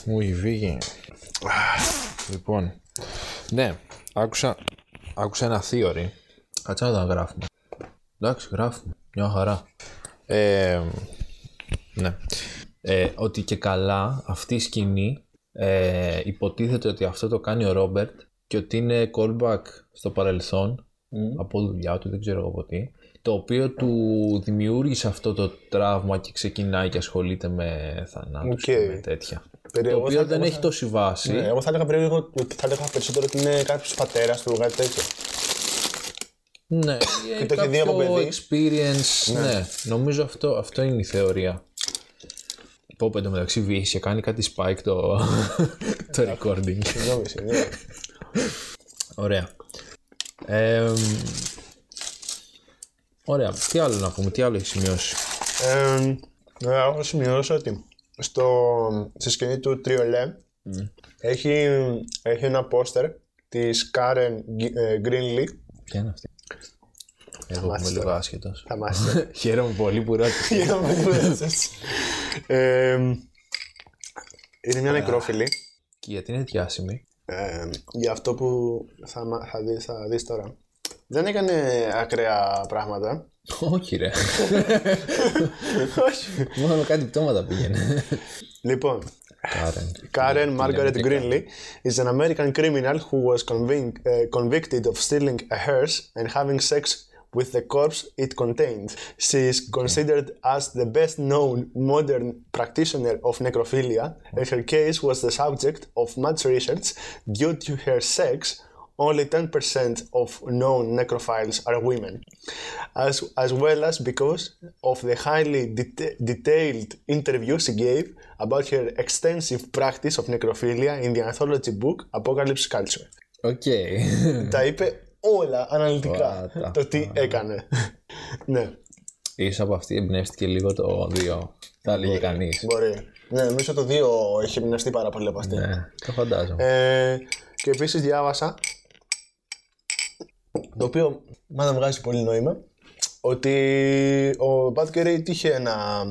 μου έχει φύγει. λοιπόν. Ναι, άκουσα, άκουσα ένα theory. Κάτσε να τα γράφουμε. Εντάξει, γράφουμε. Μια χαρά. Ε, ναι. Ε, ότι και καλά αυτή η σκηνή ε, υποτίθεται ότι αυτό το κάνει ο Ρόμπερτ και ότι είναι callback στο παρελθόν από δουλειά του, δεν ξέρω εγώ από τι, το οποίο του δημιούργησε αυτό το τραύμα και ξεκινάει και ασχολείται με θανάτους και Οκ. με τέτοια. Περίεργο, το οποίο θα- δεν εγώ έχει τόση βάση. Ναι, εγώ θα έλεγα, πριν, λίγο- θα έλεγα περισσότερο ότι είναι κάποιος πατέρας του, κάτι τέτοιο. Ναι, Και είναι το έχει δει από κάποιο παιδί. experience. Ναι. νομίζω αυτό, αυτό είναι η θεωρία. Πω πέντο μεταξύ βίχει και κάνει κάτι spike το, το recording. Συγγνώμη, συγγνώμη. Ωραία. Ε, ωραία. Τι άλλο να πούμε, τι άλλο έχεις σημειώσει. Ε, ε, έχω σημειώσει ότι στο, στη σκηνή του Τριολέ Ναι. έχει, έχει ένα πόστερ της Karen G- ε, Greenlee. Ποια είναι αυτή. Εγώ είμαι μάθεις λίγο άσχετος. Θα μάθεις. Χαίρομαι πολύ που ρώτησες. Για να μην κουράζεσαι. Ε, είναι μια νεκρόφιλη. Και γιατί είναι διάσημη. Ε, για αυτό που θα, μα- θα, δεις, θα δεις τώρα. Δεν έκανε ακραία πράγματα. Όχι, ρε. Όχι. Μόνο κάτι πτώματα πήγαινε. Λοιπόν, Κάρεν. Karen Margaret Greenlee is an American criminal who was convin- uh, convicted of stealing a hearse and having sex with the corpse it contained. She is considered as the best known modern practitioner of necrophilia, and her case was the subject of much research due to her sex. Only 10% of known necrophiles are women, as, as well as because of the highly deta- detailed interview she gave about her extensive practice of necrophilia in the anthology book Apocalypse Culture. Οκ. Τα είπε όλα αναλυτικά Ωραία. το τι έκανε. ναι, σω από αυτή εμπνεύστηκε λίγο το δύο. Θα έλεγε κανείς. μπορεί. Ναι, νομίζω το 2 έχει εμπνευστεί πάρα πολύ από αυτή. Ναι, το φαντάζομαι. Ε, και επίσης διάβασα. Το οποίο μάλλον βγάζει πολύ νόημα. Ότι ο Bad Gary είχε ένα.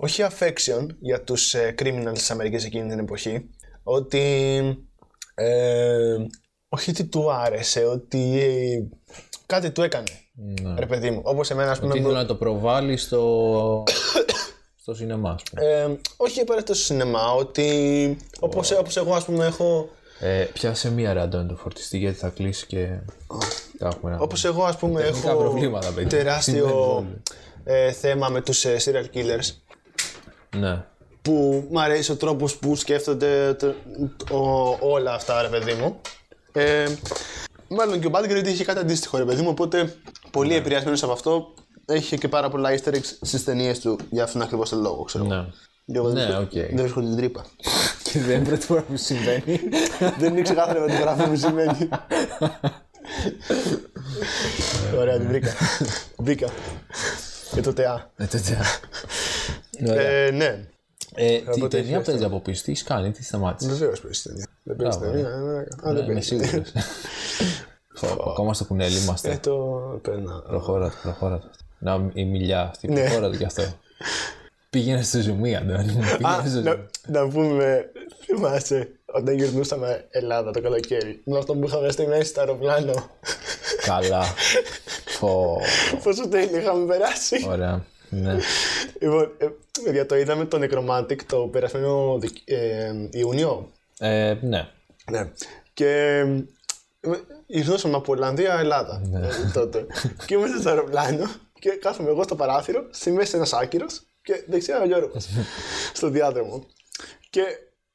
Όχι affection για τους ε, criminals της Αμερικής εκείνη την εποχή. Ότι. Ε, όχι τι του άρεσε, ότι ε, κάτι του έκανε. Ρε παιδί μου. Όπως εμένα, ας πούμε. Τι μου- ήθελα να το προβάλλει στο. στο σινεμά, ας πούμε. Ε, όχι απαραίτητα στο σινεμά, ότι όπως, όπως εγώ ας πούμε έχω Ε, πιάσε μία ραντόν του φορτιστή γιατί θα κλείσει και τα έχουμε να Όπως εγώ, ας πούμε, Τεχνικά έχω προβλήματα, Ναι, παιδιά. Συμβαίνει τεράστιο όλοι. ε, θέμα με τους serial killers. Ναι. Που μ' αρέσει ο τρόπος που σκέφτονται το- ο- όλα αυτά, ρε παιδί μου. Ε, μάλλον και ο Batgirl είχε κάτι αντίστοιχο, ρε παιδί μου. Οπότε Ναι. πολύ επηρεασμένος από αυτό έχει και πάρα πολλά easter eggs στις ταινίες του για αυτόν ακριβώς τον λόγο, ξέρω εγώ. Ναι. Και εγώ Ναι, δεν, οκ. δεν βρίσκω την τρύπα. Και δεν πρώτη φορά που συμβαίνει. δεν είναι ξεκάθαρο με την γραφή μου σημαίνει. Ωραία, την βρήκα. Μπήκα. Και το ΤΕΑ. Ε, τέτοια. Ωραία. Ε, ναι. Ε, Την Οπότε έχει ταινία παίζει από πίσω, τι έχει κάνει, τι σταμάτησες. Βεβαίω παίζει ταινία. Δεν παίζει Μπράβο, Ναι, ταινία. ε, Α, δεν Είμαι παίζει. σίγουρο. Ακόμα στο κουνέλι Ε, είμαστε. το περνάω. Προχώρα, προχώρα. Να η μιλιά αυτή, Ναι. προχώρα κι αυτό. Πήγαινε στο ζουμί, Αντώνη. μου, Α, Πήγαινε στο ζουμί. να, να πούμε, θυμάσαι, όταν γυρνούσαμε Ελλάδα το καλοκαίρι, με αυτό που είχαμε στη μέση στο αεροπλάνο, Καλά. Φω. πόσο τέλειο είχαμε περάσει. Ωραία. Ναι. Λοιπόν, ε, παιδιά, το είδαμε το Necromantic το περασμένο Δεκ- ε, Ιούνιο. Ε, ναι. Ναι. Και ε, γυρνούσαμε από Ολλανδία, Ελλάδα ε, τότε. και είμαστε στο αεροπλάνο και κάθομαι εγώ στο παράθυρο, στη μέση ένας άκυρος και δεξιά ο Γιώργος στο διάδρομο. Και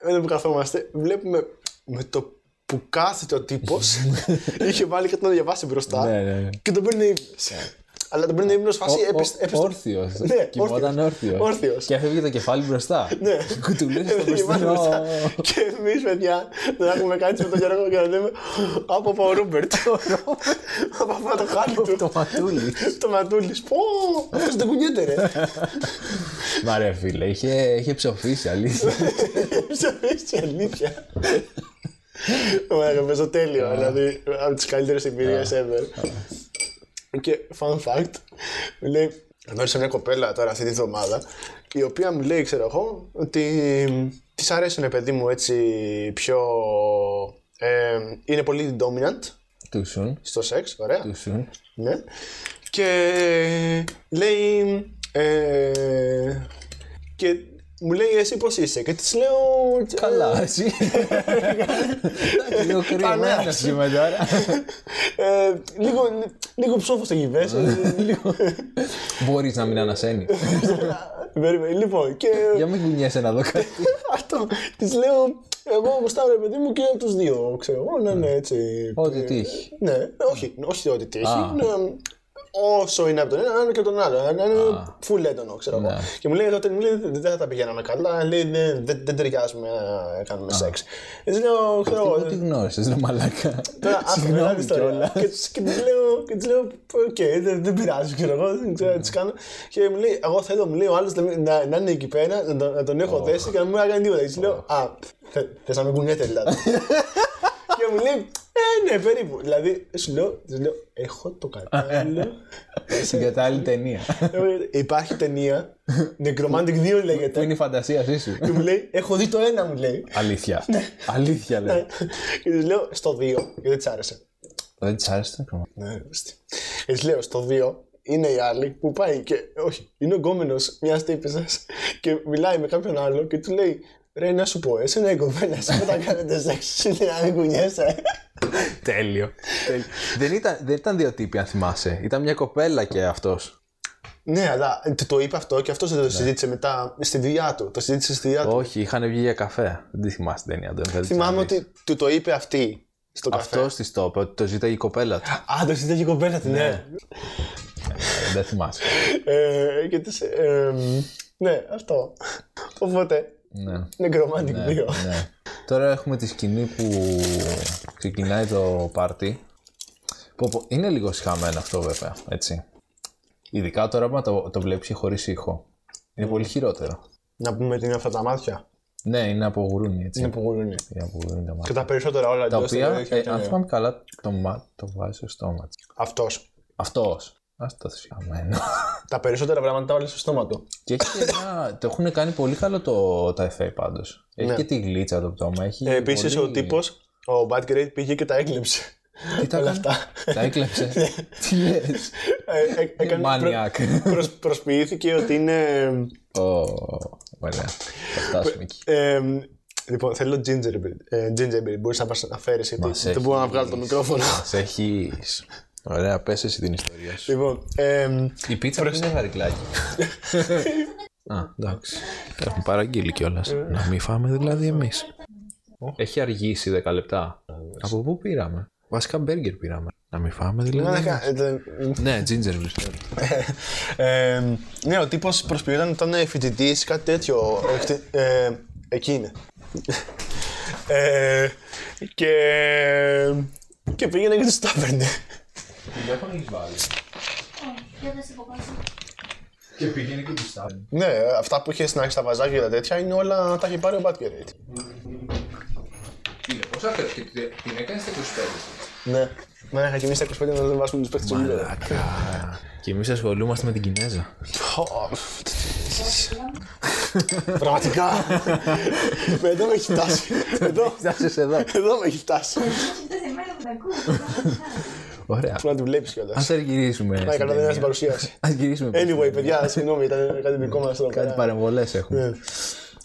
με το που καθόμαστε, βλέπουμε με το που κάθεται ο τύπος, είχε βάλει κάτι να διαβάσει μπροστά Ναι, ναι, ναι. και τον παίρνει ύπνο. Αλλά τον παίρνει ύπνο φάση έπεσε- έπεσε το Όρθιος. Ναι, Κοιμόταν όρθιος. όρθιος. Όρθιος. Και έφευγε το κεφάλι μπροστά. Ναι. Κουτουλούσε το Δεν θυμάμαι μπροστινό. μπροστά. Και εμείς, παιδιά, δεν έχουμε κάτσει με τον Γιώργο και να λέμε Από από ο Ρούμπερτ. Από αυτό το χάλι του. Το ματούλι. Το ματούλι. Πω, αυτός δεν κουνιέται, ρε. Μα ρε φίλε, είχε, είχε ψοφήσει αλήθεια. Ψαρίσει αλήθεια. Ωραία, παίζω τέλειο. Δηλαδή, από τις καλύτερες εμπειρίες ever. Και fun fact, μου λέει, γνώρισα μια κοπέλα τώρα αυτή τη βδομάδα, η οποία μου λέει, ξέρω εγώ, ότι της αρέσουν παιδί μου έτσι πιο. ε, είναι πολύ dominant Τούσουν. στο σεξ, ωραία. Τούσουν. Ναι. Και λέει. Ε, και μου λέει εσύ πώς είσαι και της λέω «Ε, Καλά, εσύ. Εντάξει, Λίγο κρυμμένο Πανάς. σήμερα τώρα. Ε, λίγο, λίγο ψόφος στο Ναι. γυβές. Μπορείς να μην ανασένεις. Περίμενε, λοιπόν, και Για μην κουνιέσαι να δω κάτι. αυτό. Της λέω, εγώ γουστάρω ρε παιδί μου και από τους δύο, ξέρω εγώ. Ναι, ναι, έτσι. Ό,τι τύχει. Ναι, ε, όχι, όχι ότι τύχει. Α. ναι, Όσο είναι από τον ένα, είναι και από τον άλλο. Είναι full έντονο, ξέρω Ναι. εγώ. Και μου λέει τότε, μου λέει, δεν θα τα πηγαίναμε καλά. Λέει, «Ναι, δεν, δεν ταιριάζουμε να κάνουμε σεξ. Έτσι λέω, ξέρω εγώ. Ό,τι γνώρισες, ρε μαλάκα. ναι. Τώρα, άκου, μεγάλη Συγγνώμη ιστορία. κιόλας. Και, της- και της λέω, και της λέω, οκ, δεν, δεν πειράζει, ξέρω εγώ, δεν ξέρω τι κάνω. Και μου λέει, εγώ θέλω, μου λέει ο άλλος να, μην- να, να είναι εκεί πέρα, να, τον- να τον έχω δέσει και να μην κάνει τίποτα. Και της λέω, α, θε- θες να με κουνιέται δηλαδή. και μου λέει, ε, ναι, περίπου. Δηλαδή, σου λέω, της λέω, έχω το κατάλληλο. Στην κατάλληλη ταινία. Υπάρχει ταινία, Necromantic 2 Πού λέγεται, είναι η φαντασία σου. και μου λέει, έχω δει το ένα, μου λέει. Αλήθεια. Ναι. Αλήθεια λέει. και της λέω, στο 2, γιατί της άρεσε. Δεν της άρεσε το κομμάτι. Ναι, ορίστε. Ε, λέω, στο 2 είναι η άλλη που πάει και. Όχι, είναι ο γκόμενος μιας τύπησα και μιλάει με κάποιον άλλο και του λέει: Ρε, να σου πω, εσύ είναι η κοπέλα σου όταν κάνετε σεξ, είναι να μην κουνιέσαι. Τέλειο. Τέλειο. Δεν ήταν, δεν ήταν δύο τύποι, αν θυμάσαι. Ήταν μια κοπέλα και αυτός. ναι, αλλά του το είπε αυτό και αυτός δεν το συζήτησε μετά στη δουλειά του. Το συζήτησε στη δουλειά του. Όχι, είχαν βγει για καφέ. Δεν τη θυμάσαι την ταινία. Δεν Θυμάμαι ότι του το είπε αυτή στο καφέ. Αυτός της το είπε, ότι το ζήταγε η κοπέλα του. Α, το συζήτησε και η κοπέλα του, ναι. δεν θυμάσαι. Ε, και της, ε, μ, ναι, αυτό. Οπότε, ναι. νεκρομάντικ 2. ναι. Τώρα έχουμε τη σκηνή που ξεκινάει το πάρτι. Πω, πω, είναι λίγο σχαμένο αυτό βέβαια, έτσι. Ειδικά τώρα που το, το βλέπεις χωρίς ήχο. Είναι πολύ χειρότερο. Να πούμε τι είναι αυτά τα μάτια. Ναι, είναι από γουρούνι, έτσι. Είναι που γουρούνι. Είναι από γουρούνι τα μάτια. Και τα περισσότερα όλα Τα οποία, ε, ναι. αν θυμάμαι καλά, το μάτι το βάζει στο στόμα της. Αυτός. Αυτός. Ας το σχαμένο. Τα περισσότερα πράγματα τα βάλεις στο στόμα του. και έχει και ένα- το έχουν κάνει πολύ καλό το, τα FA πάντως. Έχει Ναι. και τη γλίτσα το πτώμα. Έχει Ε, Επίσης πολύ- ο τύπος, ο Bad Grade, πήγε και τα έκλεψε. Τι τα έκανε? όλα αυτά. Τα έκλεψε. Τι λες. Ε, ε, Είναι έκανε- προ- μανιακ. προσ- προσποιήθηκε ότι είναι. Ω, Ωραία. Θα φτάσουμε εκεί. ε, Λοιπόν, θέλω gingerbread. Ε, gingerbread, μπορείς να, πας να φέρεις γιατί Μας δεν μπορώ να έχει- βγάλω το μικρόφωνο. Σε έχεις. Ωραία, πες εσύ την ιστορία σου. λοιπόν, εμ, Η πίτσα είναι γαρικλάκι. Α, εντάξει. Έχουν παραγγείλει κιόλας. Ε. Να μην φάμε δηλαδή εμείς. Έχει αργήσει 10 λεπτά. Από πού πήραμε. Βασικά μπέργκερ πήραμε. Να μην φάμε δηλαδή. εμείς. μαλάκα, ε, τε- Ναι, ginger beer. Ε, ναι, ο τύπος προσποιόταν ότι ήταν φοιτητής ή κάτι τέτοιο. Ε, χτε- ε, εκεί είναι. Ε, και, και πήγαινε και τους τα έπαιρνε. Τηλέφωνο έχεις βάλει. Δεν θα σε αποκόψω. Και πήγαινε και του στάρει. ναι, αυτά που είχες στην άρχη στα βαζάκια και τα τέτοια είναι όλα τα είχε πάρει ο Μπάτκερ. Φίλε, πόσα και την έκανες στα 25. Ναι. Μένα είχα κοιμήσει τα 25 να δεν βάζουμε τους παίχτες του Μίλλερ. Και εμείς ασχολούμαστε με την Κινέζα. Πραγματικά. με εδώ με έχει φτάσει. εδώ, Φτάσει εδώ. εδώ με έχει φτάσει. Δεν σε μένα που τα ακούω. Ωραία. Πρέπει να τη βλέπεις κιόλας. Ας γυρίσουμε. Ναι, στην καλά, δεν είναι ταινία. στην παρουσίαση. Ας γυρίσουμε. Anyway, παιδιά, συγγνώμη, ήταν κάτι δικό μας εδώ Κάτι πέρα. παρεμβολές Ναι. έχουμε.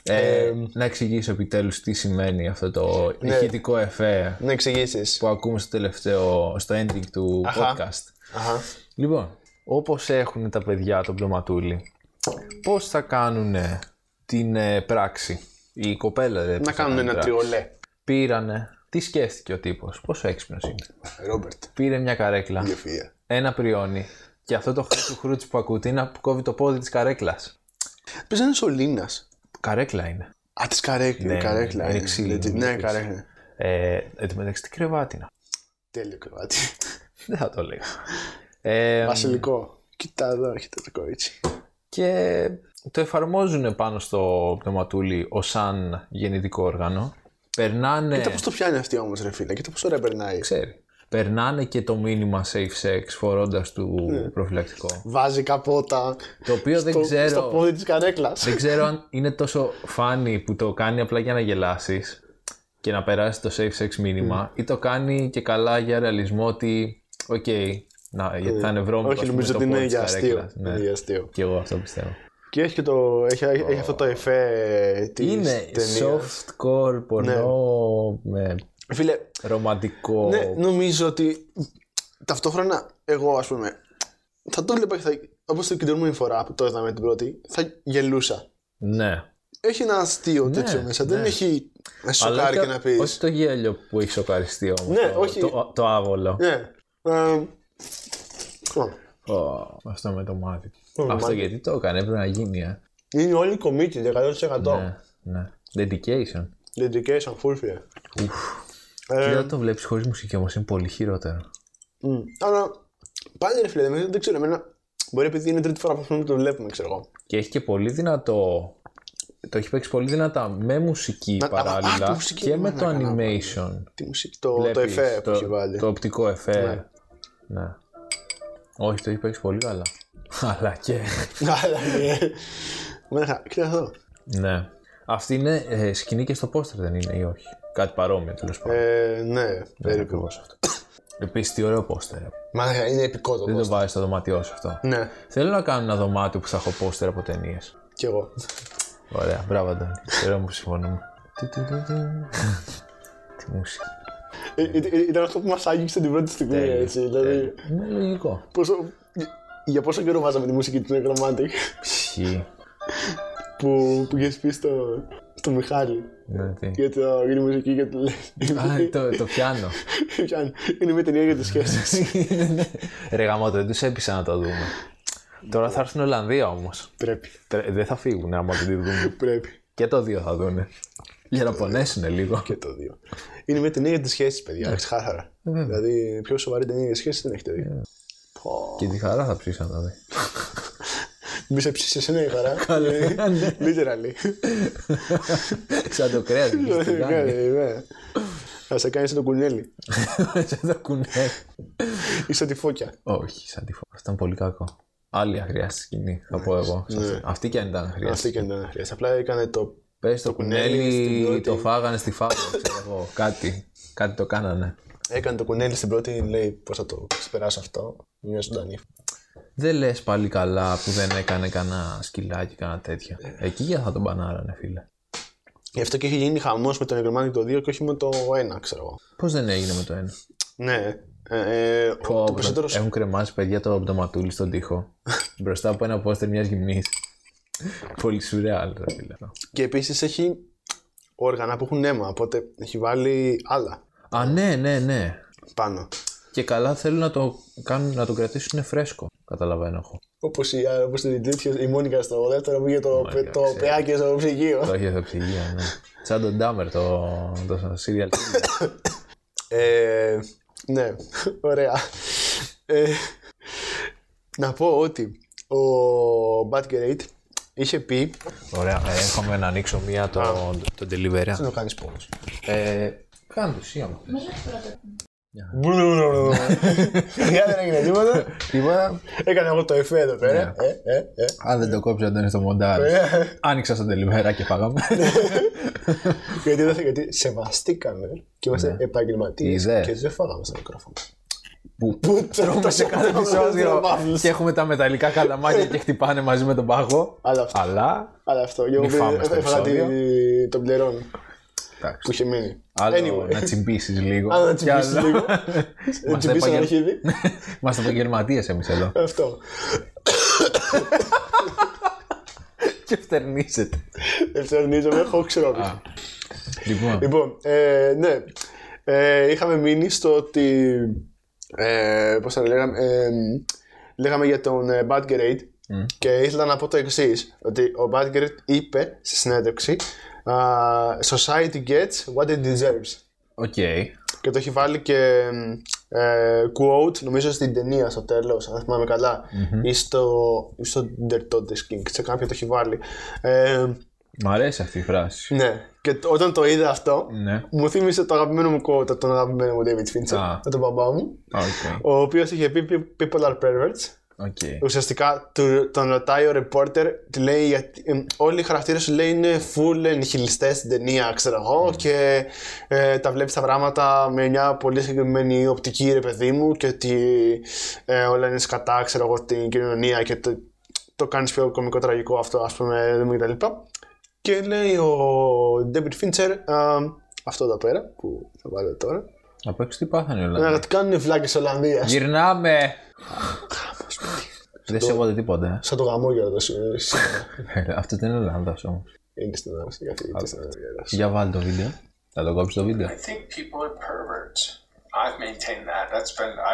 Ε, να εξηγήσω επιτέλους τι σημαίνει αυτό το Ναι. ηχητικό εφέ Να εξηγήσεις. που ακούμε στο τελευταίο, στο ending του Αχα. podcast. Λοιπόν, όπως έχουν τα παιδιά το πλωματούλι, πώς θα κάνουν την ε, πράξη. Η κοπέλα δεν Να κάνουμε ένα τριολέ. Πήρανε. Τι σκέφτηκε ο τύπος, πόσο έξυπνος είναι. Ρόμπερτ, Πήρε μια καρέκλα, φιλιά. ένα πριόνι και αυτό το χρυσού χρούτσι που ακούτε είναι που κόβει το πόδι της καρέκλας. Παίζει ένα σωλήνας. Καρέκλα είναι. Α, της καρέκλα. Ναι, καρέκλα. είναι ε, ξύλινη, legit. είναι Ναι, ξύλινη. καρέκλα. Ε, εν τω μεταξύ τι κρεβάτι είναι. Τέλειο κρεβάτι. Ναι, Δεν θα το λέγα. Ε, Βασιλικό. Κοίτα εδώ, έχετε το κορίτσι. Ναι. και το εφαρμόζουν πάνω στο πνευματούλι ως σαν γεννητικό όργανο. Περνάνε... Κοίτα πώς το πιάνει αυτή όμως, ρε φίλε. Κοίτα πόσο ωραία περνάει. Ξέρει. Περνάνε και το μήνυμα safe sex φορώντας του Ναι. προφυλακτικό. Βάζει καπότα. Το οποίο δεν στο- ξέρω... Στο πόδι της καρέκλας. Δεν ξέρω αν είναι τόσο funny που το κάνει απλά για να γελάσεις και να περάσει το safe sex Ναι. μήνυμα ή το κάνει και καλά για ρεαλισμό ότι οκ, να, γιατί θα είναι βρώμικο. Ναι. ας Όχι, πούμε, νομίζω το ότι πόδι είναι της για αστείο. καρέκλας. Ναι. Είναι για αστείο. Και εγώ αυτό πιστεύω. Και έχει και το. Έχει, έχει αυτό το εφέ της. Είναι softcore, πορνό, με Φίλε, ρομαντικό. Ναι, νομίζω ότι ταυτόχρονα εγώ, ας πούμε, θα το βλέπα και θα. Όπως την προηγούμενη φορά που το είδαμε την πρώτη, θα γελούσα. Ναι. Έχει ένα αστείο τέτοιο μέσα. Δεν έχει να σε σοκάρει Αλλά και να πεις. Όχι το γέλιο που έχει σοκαριστεί όμως. Ναι, το, όχι. Το, το άβολο. Ναι. Ε, λοιπόν, ω, Ω, αυτό με το μάτι. με Ε. το αυτό μάτι. γιατί το έκανε, έπρεπε να γίνει. Ε. είναι όλοι κομίτι 100%. Ναι, ναι. Dedication. Dedication, full fear. Και Ε, όταν το βλέπεις χωρίς μουσική όμως είναι πολύ χειρότερο. μ. Αλλά πάλι ρε φίλε, δεν- δεν ξέρω εμένα. Μπορεί επειδή είναι τρίτη φορά που ας πούμε, το βλέπουμε, ξέρω εγώ. Και έχει και πολύ δυνατό. Το έχει παίξει πολύ δυνατά με μουσική Να- α, α, παράλληλα τη μουσική και δεν με την το έκανα. animation. Τη μουσική, το, το Βλέπεις εφέ που έχει βάλει. Το οπτικό εφέ. Ναι. Όχι, το έχει παίξει πολύ καλά. Αλλά και. Αλλά ναι. Μέχα, κοίτα εδώ. ναι. Αυτή είναι ε, σκηνή και στο πόστερ δεν είναι ή όχι. Κάτι παρόμοιο τέλος πάντων. Ε, ναι, περίπου. αυτό. Επίσης, τι ωραίο πόστερ. ρε. Μα είναι επικό το Δεν poster. το βάζεις στο δωμάτιό σου αυτό. Ναι, Θέλω να κάνω ένα δωμάτιο που θα έχω πόστερ από ταινίες. κι εγώ. Ωραία, μπράβο Αντώνη. Χαίρομαι που συμφωνούμε. Τι, τι, τι, τι. Τι μουσική. Ε, ε, ε, Ήταν αυτό που μας άγγιξε την πρώτη στιγμή, Τέλειο, έτσι. Δηλαδή, Είναι λογικό. πόσο- για πόσο καιρό βάζαμε τη μουσική του Necromantic Ψυχή. που, που είχες πει στο, στο Μιχάλη Ναι, τι. για το για τη μουσική και το λες. Α, το, το πιάνω. Πιάνει. Είναι μια ταινία για τις σχέσεις. Ρε γαμώτο, δεν τους έπεισα να το δούμε. Τώρα θα έρθουν Ολλανδία όμως. Πρέπει, Τρε- Δεν θα φύγουν άμα δεν τη δουν. πρέπει. Και το δύο θα δούνε. Για να πονέσουν λίγο. Και το δύο. Είναι μια ταινία για τις σχέσεις, παιδιά, ξεκάθαρα. Δηλαδή, πιο σοβαρή ταινία για τις σχέσεις δεν έχετε δει. Πω. Και τη χαρά θα ψήσει να το δει. Μη σε ψήσεις εσένα η χαρά. Ε, ναι. Literally. Σαν το κρέας. δεν ξέρεις τι κάνει. Ναι, ναι. Θα σε κάνει σαν το κουνέλι Σαν το κουνέ. ή σαν τη φώκια. Όχι, σαν τη φω- Αυτό ήταν πολύ κακό. Άλλη αχρίαστη σκηνή, θα πω εγώ. σε αυτή. Αυτή και αν ήταν αχρίαστη. Αυτή και να χρειάζεται. Απλά έκανε το. Πες το κουνέλι στην κουνέλι, πρώτη. το φάγανε στη φάβα, ξέρω εγώ. Κάτι. Κάτι το κάνανε. Έκανε το κουνέλι στην πρώτη, λέει πώς θα το ξεπεράσω αυτό. Μια ζωντανή. Δεν λες πάλι Ε. καλά που δεν έκανε κανένα σκυλάκι, κανένα τέτοια. Εκεί για θα τον μπανάρανε, φίλε. Γι' αυτό και έχει γίνει χαμός με το Necromantic το 2 και όχι με το 1, ξέρω εγώ. Πώς δεν έγινε με το ένα. Ναι. Ε, ε, Πω, το πω, περισσότερο. Έχουν κρεμάσει παιδιά το πτωματούλι στον τοίχο. Μπροστά από ένα πόστερ μιας γυμνής. Πολύ σουρεάλ, ρε φίλε. Και επίσης έχει όργανα που έχουν αίμα, οπότε έχει βάλει άλλα Α, ναι, ναι, ναι. πάνω. Και καλά θέλουν να το, κάνουν, να το κρατήσουν φρέσκο. Καταλαβαίνω εγώ. Όπως η, α, όπως η, τέτοια- η Μόνικα στο δεύτερο που είχε το, Μόνικα, το ξέρω. πεάκι στο ψυγείο. το είχε στο ψυγείο, ναι. Σαν τον Ντάμερ το, το serial killer. Ε, ναι, ωραία. Ε, να πω ότι ο Batgate είχε πει. Ωραία, ε, έχουμε να ανοίξω μία το, το delivery. Δεν το κάνεις πόνο. Ε, Κάνε το εσύ άμα θες. Μίλα πρώτα. Ναι, Παιδιά δεν έγινε τίποτα. Τίποτα. Ναι. Έκανα εγώ το εφέ εδώ πέρα. Ε, ε, ε. Αν δεν το κόψει, δεν είναι στο μοντάρι. Άνοιξα στο delivery και φάγαμε. γιατί, δεν, γιατί σεβαστήκαμε και είμαστε ναι. επαγγελματίες Είδες. και δεν φάγαμε στο μικρόφωνο. Που Πού τρώμε τρώμε σε κάθε επεισόδιο και έχουμε τα μεταλλικά καλαμάκια και χτυπάνε μαζί με τον πάγο. Αλλά αυτό. Αλλά. Αλλά αυτό. Και εγώ Μη φάμε στο έφαγα τη- τον πληρών που Εντάξει. είχε μείνει. Άλλο ναι. Anyway. να τσιμπήσεις λίγο. Άλλο να τσιμπήσεις Κι άλλο- λίγο. Είμαστε τσιμπήσεις ένα επαγγελ- αρχίδι. Είμαστε επαγγελματίες εμείς εδώ. Αυτό. Και φτερνίζεται. Ευθερνίζομαι, έχω ξερόπι. Λοιπόν, Λοιπόν, ε, ναι. Ε, είχαμε μείνει στο ότι. Ε, Πώς θα λέγαμε. Ε, λέγαμε για τον ε, Bad Grade και ήθελα να πω το εξής. Ότι ο Bad Grade είπε στη συνέντευξη α, Society gets what it deserves. οκ. Και το έχει βάλει και ε, quote, νομίζω στην ταινία στο τέλος, αν θυμάμαι καλά, ή στο, ή στο Dirtodes King, σε κάποιο το έχει βάλει. Ε, Μ' αρέσει αυτή η φράση. ναι, και τ- όταν το είδα αυτό, Ναι. μου θύμισε το αγαπημένο μου quote από τον αγαπημένο μου David Fincher, Α. από τον μπαμπά μου, Οκ. ο οποίος είχε πει «Pe- «People are perverts». Οκ. Ουσιαστικά του- τον ρωτάει ο reporter, του λέει γιατί εμ, όλοι οι χαρακτήρες σου λέει είναι full ενχυλιστές στην ταινία, ξέρω εγώ, και ε, τα βλέπεις τα πράγματα με μια πολύ συγκεκριμένη οπτική, ρε παιδί μου, και ότι ε, όλα είναι σκατά, ξέρω εγώ, την κοινωνία και το, το κάνεις πιο κωμικό τραγικό αυτό, ας πούμε, δούμε και τα λοιπά. Και λέει ο David Fincher, α, αυτό εδώ πέρα, που θα βάλω τώρα, Απ' έξω τι πάθανε όλα. να τι κάνουν βλάκες Ολλανδίας. Γυρνάμε! Δεν σέβονται τίποτα. ε. Σαν το γαμόγελο το σι- σήμερα. Ε, Αυτό δεν είναι Ολλανδός όμως. Είναι στην Ελλάδα, καθηγητή στην Ελλάδα. Για βάλτε το βίντεο. Θα το κόψει το βίντεο. I think people are perverts. I've maintained that. That's been I,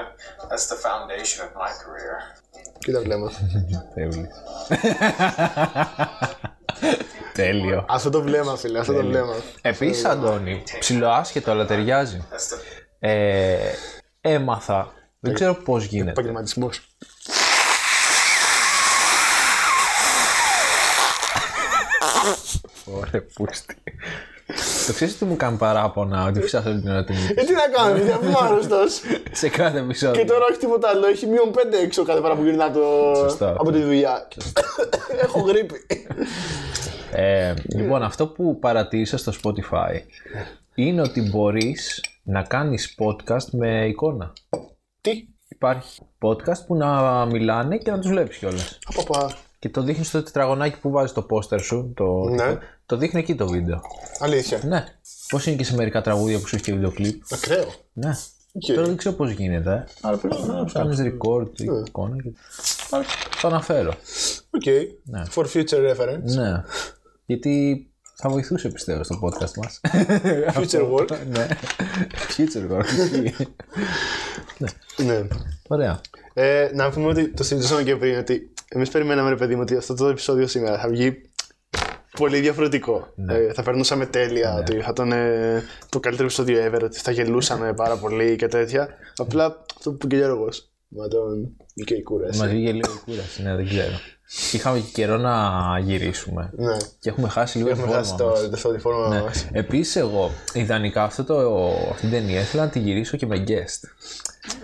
that's the foundation of my career. Κοίτα βλέμμα. Τέλειο. Τέλειο. αυτό το βλέμμα, φίλε, αυτό το βλέμμα. Επίσης, Αντώνη, ψιλοάσχετο, αλλά ταιριάζει. That's the Ε, έμαθα. Δεν ξέρω πώς γίνεται. Επαγγελματισμός. Ωραία, πούστη. Το ξέρεις τι μου κάνει παράπονα ότι ψάχνω όλη την ώρα την Ε, τι να κάνω, γιατί αφού είμαι άρρωστος. Σε κάθε Και επεισόδιο. τώρα όχι τίποτα άλλο, έχει μείον 5 έξω κάθε φορά που γυρνά το... Σωστά. από τη δουλειά. Έχω γρήπη. Ε, λοιπόν, αυτό που παρατήρησα στο Spotify είναι ότι μπορείς να κάνεις podcast με εικόνα. Τι, Υπάρχει podcast που να μιλάνε και να τους βλέπεις κιόλας. απαπα. Και το δείχνεις στο τετραγωνάκι που βάζεις το πόστερ σου. Το, Ναι. το δείχνει εκεί το βίντεο. Αλήθεια. Ναι. Πώς είναι και σε μερικά τραγούδια που σου έχει και βίντεο κλιπ. Ακραίο. Ναι. Οκ. Τώρα δεν ξέρω πώς γίνεται. ε. Αλλά πρέπει να κάνει record, Ναι. εικόνα και. Αλλά Το αναφέρω. Οκ. For future reference. Ναι. Γιατί θα βοηθούσε πιστεύω στο podcast μας. Future work. ναι. Future work. Ναι. Ωραία. Ε, να πούμε ότι το συζητούσαμε και πριν ότι εμείς περιμέναμε, ρε παιδί μου, ότι αυτό το επεισόδιο σήμερα θα βγει πολύ διαφορετικό. Ναι. Ε, θα περνούσαμε τέλεια, ότι θα ήταν ε, το καλύτερο επεισόδιο ever, ότι θα γελούσαμε πάρα πολύ και τέτοια. Απλά αυτό που είπε και ο Γιώργο με τον Μικέη Κούρας. Μας βγήκε λίγο η κούρασης, ναι, δεν ξέρω. Είχαμε και καιρό να γυρίσουμε. Ναι, Και έχουμε χάσει λίγο έχουμε τη χάσει φόρμα το μας. Ναι. δεύτερο τη φόρμα μα. Επίσης εγώ, ιδανικά αυτό το, αυτή την ταινία ήθελα να τη γυρίσω και με guest.